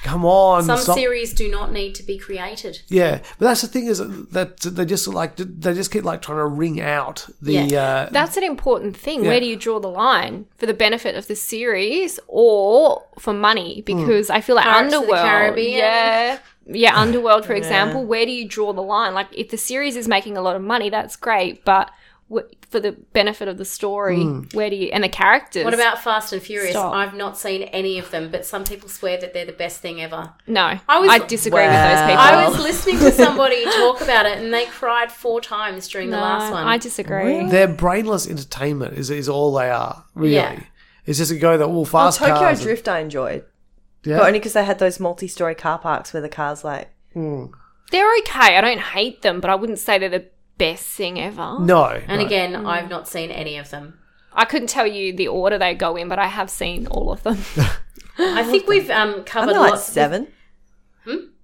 Speaker 5: come on,
Speaker 4: Some
Speaker 5: stop-
Speaker 4: series do not need to be created.
Speaker 5: Yeah, but that's the thing is that they just like they just keep like trying to ring out the
Speaker 4: Yeah.
Speaker 5: uh,
Speaker 3: That's an important thing.
Speaker 5: Yeah.
Speaker 3: Where do you draw the line for the benefit of the series or for money? Because I feel like
Speaker 4: Pirates of the
Speaker 3: Underworld,
Speaker 4: Caribbean.
Speaker 3: yeah, yeah, Underworld, for example. Where do you draw the line? Like, if the series is making a lot of money, that's great, but wh- for the benefit of the story, where do you and the characters?
Speaker 4: What about Fast and Furious?
Speaker 3: Stop.
Speaker 4: I've not seen any of them, but some people swear that they're the best thing ever.
Speaker 3: no?
Speaker 4: I
Speaker 3: I,
Speaker 4: was-
Speaker 3: disagree with
Speaker 2: Wow.
Speaker 3: those people.
Speaker 4: I was listening to somebody talk about it, and they cried four times during
Speaker 3: no,
Speaker 4: the last one.
Speaker 3: I disagree.
Speaker 5: their brainless entertainment is is all they are really.
Speaker 4: Yeah.
Speaker 5: It's just a go that all
Speaker 2: Well,
Speaker 5: fast
Speaker 2: Oh, Tokyo
Speaker 5: cars.
Speaker 2: Drift I enjoyed,
Speaker 5: yeah.
Speaker 2: but only because they had those multi-story car parks where the cars like
Speaker 3: They're okay. I don't hate them, but I wouldn't say they're the best thing ever.
Speaker 5: no,
Speaker 4: and
Speaker 5: no.
Speaker 4: again,
Speaker 3: Mm.
Speaker 4: I've not seen any of them.
Speaker 3: I couldn't tell you the order they go in, but I have seen all of them.
Speaker 4: I think we've um,
Speaker 2: aren't
Speaker 4: covered
Speaker 2: there like
Speaker 4: lots.
Speaker 2: seven?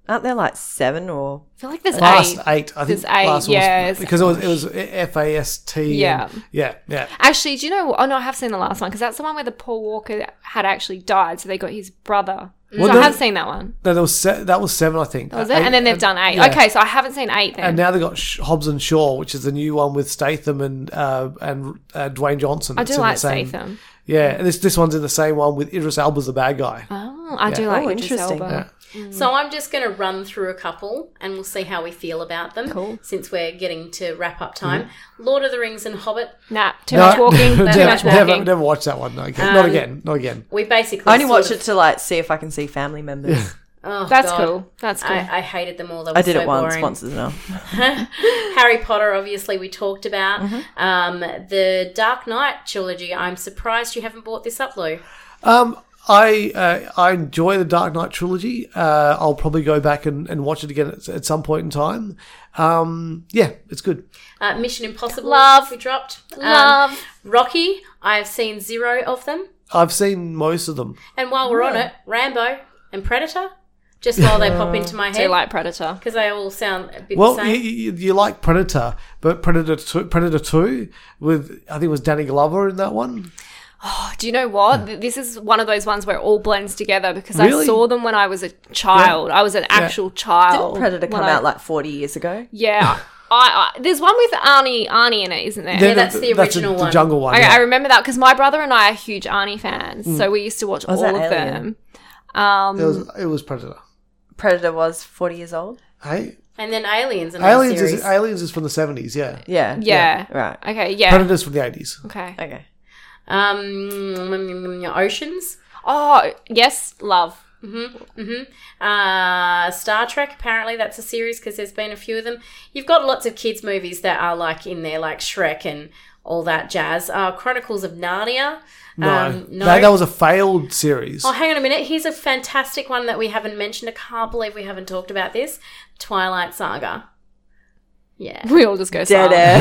Speaker 2: Aren't there like seven or
Speaker 3: I feel like there's
Speaker 5: Last
Speaker 3: eight.
Speaker 5: eight, I think.
Speaker 3: There's eight,
Speaker 5: last
Speaker 3: yeah,
Speaker 5: was,
Speaker 3: it's-
Speaker 5: because it was it was F A S T.
Speaker 3: Yeah.
Speaker 5: and- yeah, yeah.
Speaker 3: Actually, do you know? Oh no, I have seen the last one because that's the one where the Paul Walker had actually died, so they got his brother.
Speaker 5: Well,
Speaker 3: so
Speaker 5: no-
Speaker 3: I have seen that one.
Speaker 5: No, that was se- that was seven, I think.
Speaker 3: Was it? and then they've done eight.
Speaker 5: yeah.
Speaker 3: Okay, so I haven't seen eight then.
Speaker 5: And now they have got Sh- Hobbs and Shaw, which is the new one with Statham and uh, and uh, Dwayne Johnson.
Speaker 3: I
Speaker 5: It's
Speaker 3: do
Speaker 5: in the
Speaker 3: like
Speaker 5: same-
Speaker 3: Statham.
Speaker 5: Yeah, and this this one's in the same one with Idris Elba's the bad guy.
Speaker 3: Oh, I do like
Speaker 2: Oh,
Speaker 3: Idris
Speaker 2: interesting.
Speaker 3: Elba.
Speaker 5: Yeah.
Speaker 4: So I'm just going to run through a couple, and we'll see how we feel about them.
Speaker 3: Cool.
Speaker 4: Since we're getting to wrap up time,
Speaker 2: Mm-hmm.
Speaker 4: Lord of the Rings and Hobbit.
Speaker 3: Nah, too
Speaker 5: No,
Speaker 3: much walking. too
Speaker 5: never,
Speaker 3: much
Speaker 5: never,
Speaker 3: walking. Um,
Speaker 5: never watched that one. No, okay. not again. Not again.
Speaker 4: We basically
Speaker 2: I only
Speaker 4: sort
Speaker 2: watch
Speaker 4: of-
Speaker 2: it to like see if I can see family members.
Speaker 4: Oh,
Speaker 3: That's
Speaker 4: God.
Speaker 3: cool. That's cool.
Speaker 4: I, I hated them all. They were
Speaker 2: I did
Speaker 4: so
Speaker 2: it once.
Speaker 4: boring.
Speaker 2: Once is enough.
Speaker 4: Harry Potter, obviously, we talked about.
Speaker 5: Mm-hmm.
Speaker 4: Um, the Dark Knight trilogy. I'm surprised you haven't bought this up, Lou.
Speaker 5: Um, I uh, I enjoy the Dark Knight trilogy. Uh, I'll probably go back and, and watch it again at, at some point in time. Um, yeah, it's good.
Speaker 4: Uh, Mission Impossible.
Speaker 3: Love.
Speaker 4: We dropped. Um,
Speaker 3: Love.
Speaker 4: Rocky. I have seen zero of them.
Speaker 5: I've seen most of them.
Speaker 4: And while we're on it, Rambo and Predator. Just while they pop into my
Speaker 3: do
Speaker 4: head.
Speaker 3: like Predator.
Speaker 4: Because they all sound a bit
Speaker 5: Well,
Speaker 4: the
Speaker 5: you,
Speaker 4: same.
Speaker 5: you, you like Predator, but Predator Two, Predator Two with I think it was Danny Glover in that one.
Speaker 3: Oh, Do you know what? Th- This is one of those ones where it all blends together because
Speaker 5: Really?
Speaker 3: I saw them when I was a child. I was an actual child.
Speaker 2: Didn't Predator
Speaker 3: when
Speaker 2: come
Speaker 3: I-
Speaker 2: out like 40 years ago?
Speaker 3: Yeah. I, I, there's one with Arnie Arnie in it, isn't there?
Speaker 5: Then
Speaker 4: that's the original
Speaker 5: the,
Speaker 4: one.
Speaker 5: jungle one.
Speaker 3: I,
Speaker 5: yeah. Mm.
Speaker 3: I remember that because my brother and I are huge Arnie fans, so we used to watch all
Speaker 2: that
Speaker 3: of
Speaker 2: Alien?
Speaker 3: them. Um,
Speaker 5: it, was, it was Predator.
Speaker 2: Predator was 40 years old?
Speaker 5: Hey,
Speaker 4: and then Aliens. Another
Speaker 5: Aliens
Speaker 4: series.
Speaker 5: is Aliens is from the seventies. Yeah,
Speaker 2: Yeah.
Speaker 3: yeah.
Speaker 2: Right.
Speaker 3: Okay. Yeah.
Speaker 5: Predators from the eighties.
Speaker 3: Okay.
Speaker 2: Okay.
Speaker 4: mm, um, Oceans.
Speaker 3: Oh yes, love.
Speaker 4: Uh, Star Trek, apparently, that's a series because there's been a few of them. You've got lots of kids' movies that are like in there, like Shrek and all that jazz. Uh, Chronicles of Narnia.
Speaker 5: No,
Speaker 4: Um, no.
Speaker 5: That, that was a failed series.
Speaker 4: Oh, hang on a minute. Here's a fantastic one that we haven't mentioned. I can't believe we haven't talked about this Twilight Saga. Yeah.
Speaker 3: We all just go
Speaker 2: Dead
Speaker 3: silent.
Speaker 2: air.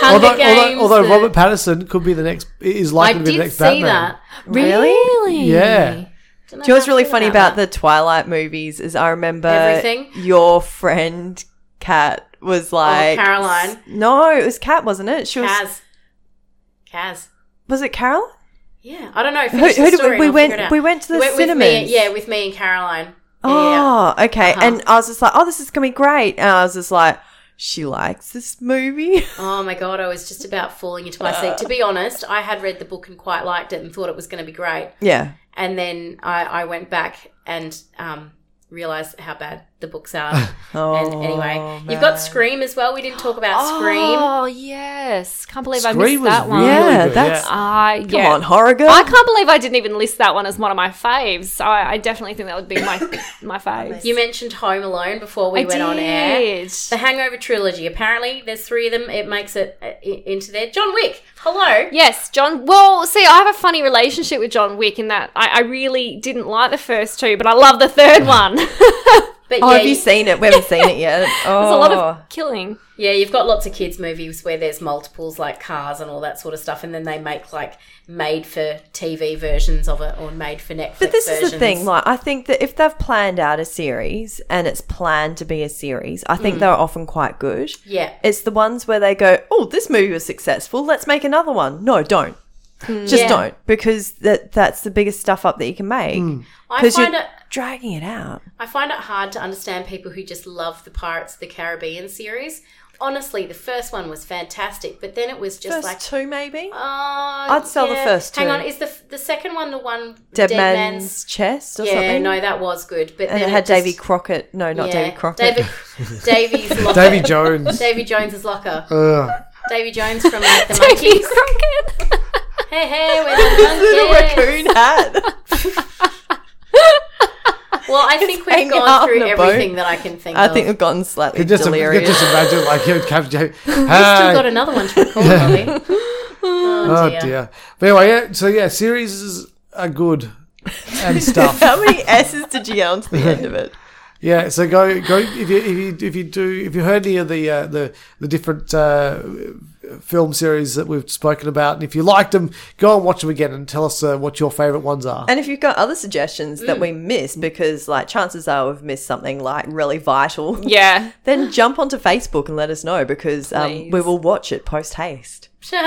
Speaker 4: Hunger
Speaker 5: although,
Speaker 4: Games.
Speaker 5: although, although
Speaker 4: the-
Speaker 5: Robert Patterson could be the next is
Speaker 4: I
Speaker 5: likely to be the
Speaker 4: did
Speaker 5: next
Speaker 4: see
Speaker 5: Batman.
Speaker 4: that.
Speaker 3: Really?
Speaker 5: Yeah.
Speaker 4: Don't
Speaker 2: Do you know
Speaker 4: how
Speaker 2: what's
Speaker 4: I
Speaker 2: really
Speaker 4: feel
Speaker 2: funny about the Twilight movies is I remember
Speaker 4: Everything?
Speaker 2: your friend Kat was like
Speaker 4: Caroline.
Speaker 2: No, it was Oh, Kat, wasn't it? She was
Speaker 4: Kaz. Kaz.
Speaker 2: was it Caroline?
Speaker 4: Yeah, I don't know.
Speaker 2: Who,
Speaker 4: Finish
Speaker 2: who
Speaker 4: the
Speaker 2: did
Speaker 4: story
Speaker 2: we, we
Speaker 4: and I'll
Speaker 2: went?
Speaker 4: figure it out.
Speaker 2: We went to the
Speaker 4: Went with
Speaker 2: cinemas.
Speaker 4: me- yeah, with me and Caroline. Yeah. Uh-huh.
Speaker 2: Oh, okay. And I was just like, oh, this is gonna be great. And I was just like, she likes this movie.
Speaker 4: Oh my god, I was just about falling into my seat. To be honest, I had read the book and quite liked it and thought it was going to be great.
Speaker 2: yeah.
Speaker 4: And then I, I went back and um, realized how bad the books are. and
Speaker 2: Oh,
Speaker 4: anyway, you've got Scream as well. We didn't talk about Scream.
Speaker 3: Oh yes, can't believe I missed
Speaker 5: Scream was
Speaker 3: that
Speaker 5: really
Speaker 3: one.
Speaker 2: Yeah,
Speaker 5: good.
Speaker 2: that's-
Speaker 5: yeah.
Speaker 3: I
Speaker 2: Come
Speaker 3: yeah.
Speaker 2: on, horror girl.
Speaker 3: I can't believe I didn't even list that one as one of my faves. So I, I definitely think that would be my my fave.
Speaker 4: You mentioned Home Alone before we
Speaker 3: I
Speaker 4: went
Speaker 3: did.
Speaker 4: on air. The Hangover trilogy. Apparently, there's three of them. It makes it uh, i- into there. John Wick. Hello.
Speaker 3: Yes, John. Well, see, I have a funny relationship with John Wick in that I, I really didn't like the first two, but I love the third one.
Speaker 4: But
Speaker 2: Oh,
Speaker 4: yeah,
Speaker 2: have you seen it? We haven't seen it yet. Oh,
Speaker 3: There's a lot of killing.
Speaker 4: Yeah, you've got lots of kids' movies where there's multiples, like cars and all that sort of stuff, and then they make like made for TV versions of it or made for Netflix.
Speaker 2: But this is the
Speaker 4: versions.
Speaker 2: thing. Like, I think that if they've planned out a series and it's planned to be a series, I think they're often quite good.
Speaker 4: Mm. Yeah.
Speaker 2: It's the ones where they go, "Oh, this movie was successful. Let's make another one." No, don't. Just
Speaker 4: Mm. Yeah.
Speaker 2: don't, because that that's the biggest stuff up that you can make.
Speaker 4: I
Speaker 2: Because
Speaker 4: find
Speaker 2: you're
Speaker 4: it
Speaker 2: dragging it out.
Speaker 4: I find it hard to understand people who just love the Pirates of the Caribbean series. Honestly, the first one was fantastic, but then it was just
Speaker 2: First
Speaker 4: like
Speaker 2: two, maybe.
Speaker 4: Oh, I'd
Speaker 2: I'd sell the first
Speaker 4: Hang
Speaker 2: two.
Speaker 4: on, is the f- the second one the one
Speaker 2: Dead, man's, chest or
Speaker 4: yeah,
Speaker 2: something.
Speaker 4: no, that was good, but
Speaker 2: and
Speaker 4: then
Speaker 2: it had
Speaker 4: just-
Speaker 2: Davy Crockett. No, not
Speaker 4: yeah,
Speaker 2: Davy Crockett.
Speaker 4: David, Davy's locker.
Speaker 5: Davy Jones.
Speaker 4: Davy Jones's locker.
Speaker 5: Ugh.
Speaker 4: Davy Jones from like, the
Speaker 3: Davy
Speaker 4: Monkeys.
Speaker 3: Crockett.
Speaker 4: Hey, hey, we're the
Speaker 2: Little
Speaker 4: Monkeys.
Speaker 2: raccoon hat.
Speaker 4: Well, I think we've
Speaker 2: hanging out
Speaker 4: gone
Speaker 2: on
Speaker 4: through
Speaker 2: the boat.
Speaker 4: everything that I can think
Speaker 2: I
Speaker 4: of.
Speaker 2: think we've gotten slightly
Speaker 5: You just, you
Speaker 2: delirious.
Speaker 5: just imagine like you Captain Jack.
Speaker 4: Still got another one to record, Ollie.
Speaker 5: Oh
Speaker 4: Oh,
Speaker 5: dear.
Speaker 4: dear.
Speaker 5: But anyway, yeah, so yeah, series are good and stuff.
Speaker 2: How many S's did you get onto the end of it?
Speaker 5: Yeah, so go go if you if you if you do if you heard any of the uh, the the different uh, film series that we've spoken about, and if you liked them, go and watch them again and tell us uh, what your favourite ones are.
Speaker 2: And if you've got other suggestions
Speaker 4: Mm.
Speaker 2: that we missed, because like chances are we've missed something like really vital,
Speaker 3: Yeah.
Speaker 2: then jump onto Facebook and let us know because um, we will watch it post haste.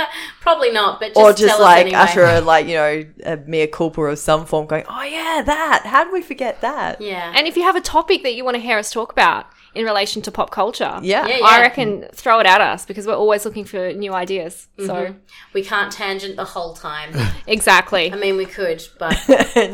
Speaker 4: Probably not, but just
Speaker 2: Or just
Speaker 4: tell
Speaker 2: like
Speaker 4: us anyway.
Speaker 2: utter a, like, you know, a mere culpa of some form going, oh yeah, that. How did we forget that?
Speaker 4: Yeah.
Speaker 3: And if you have a topic that you want to hear us talk about in relation to pop culture,
Speaker 2: Yeah.
Speaker 4: Yeah,
Speaker 3: I reckon throw it at us because we're always looking for new ideas. So
Speaker 4: we can't tangent the whole time.
Speaker 3: exactly.
Speaker 4: Mm-hmm. I mean, we could, but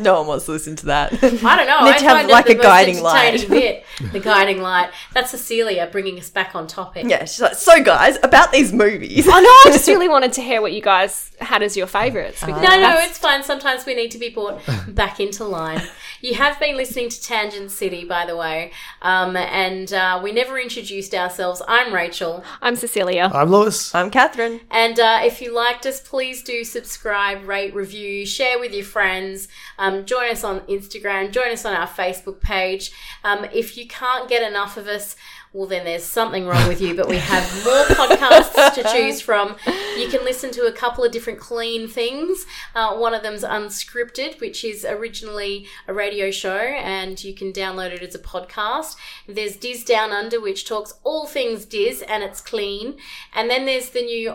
Speaker 2: no one wants to listen to that.
Speaker 4: I don't know.
Speaker 2: Need
Speaker 4: I
Speaker 2: to have,
Speaker 4: find
Speaker 2: like,
Speaker 4: it
Speaker 2: a
Speaker 4: the
Speaker 2: guiding
Speaker 4: most entertaining
Speaker 2: light.
Speaker 4: Bit, the guiding light. That's Cecilia bringing us back on topic.
Speaker 2: yeah, she's like, so guys, about these movies.
Speaker 3: I know. I just really wanted to hear what you guys had as your
Speaker 2: Uh,
Speaker 3: favourites. because
Speaker 4: No, no,
Speaker 3: that's-
Speaker 4: it's fine. Sometimes we need to be brought back into line. You have been listening to Tangent City, by the way, um, and uh, we never introduced ourselves. I'm Rachel,
Speaker 3: I'm Cecilia.
Speaker 5: I'm Lewis.
Speaker 2: I'm Catherine.
Speaker 4: and uh, if you liked us, please do subscribe, rate, review, share with your friends. Um, join us on Instagram. Join us on our Facebook page. Um, if you can't get enough of us. Well, then there's something wrong with you, but we have more podcasts to choose from. You can listen to a couple of different clean things. Uh, one of them's Unscripted, which is originally a radio show, and you can download it as a podcast. There's Diz Down Under, which talks all things Diz, and it's clean. And then there's the new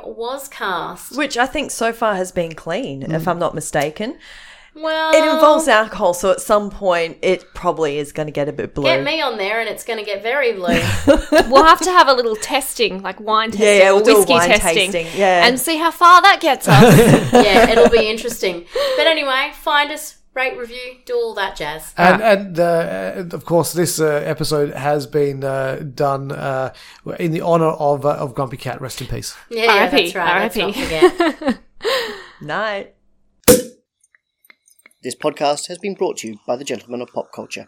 Speaker 4: Wascast.
Speaker 2: Which I think so far has been clean, if I'm not mistaken.
Speaker 4: Well,
Speaker 2: It involves alcohol, so at some point it probably is going to get a bit blue.
Speaker 4: Get me on there, and it's going to get very blue.
Speaker 3: We'll have to have a little testing, like wine testing,
Speaker 2: yeah,
Speaker 3: or
Speaker 2: we'll do a
Speaker 3: whiskey
Speaker 2: wine
Speaker 3: testing,
Speaker 2: tasting, yeah.
Speaker 3: and see how far that gets us.
Speaker 4: yeah, it'll be interesting. But anyway, find us, rate, review, do all that jazz.
Speaker 5: And, and uh, and of course, this uh, episode has been uh, done uh, in the honor of uh, of Grumpy Cat. Rest in peace.
Speaker 4: Yeah, yeah
Speaker 3: R.I.P.,
Speaker 4: that's right. Let's not
Speaker 3: R.I.P..
Speaker 4: forget.
Speaker 2: Night.
Speaker 6: This podcast has been brought to you by the Gentlemen of Pop Culture.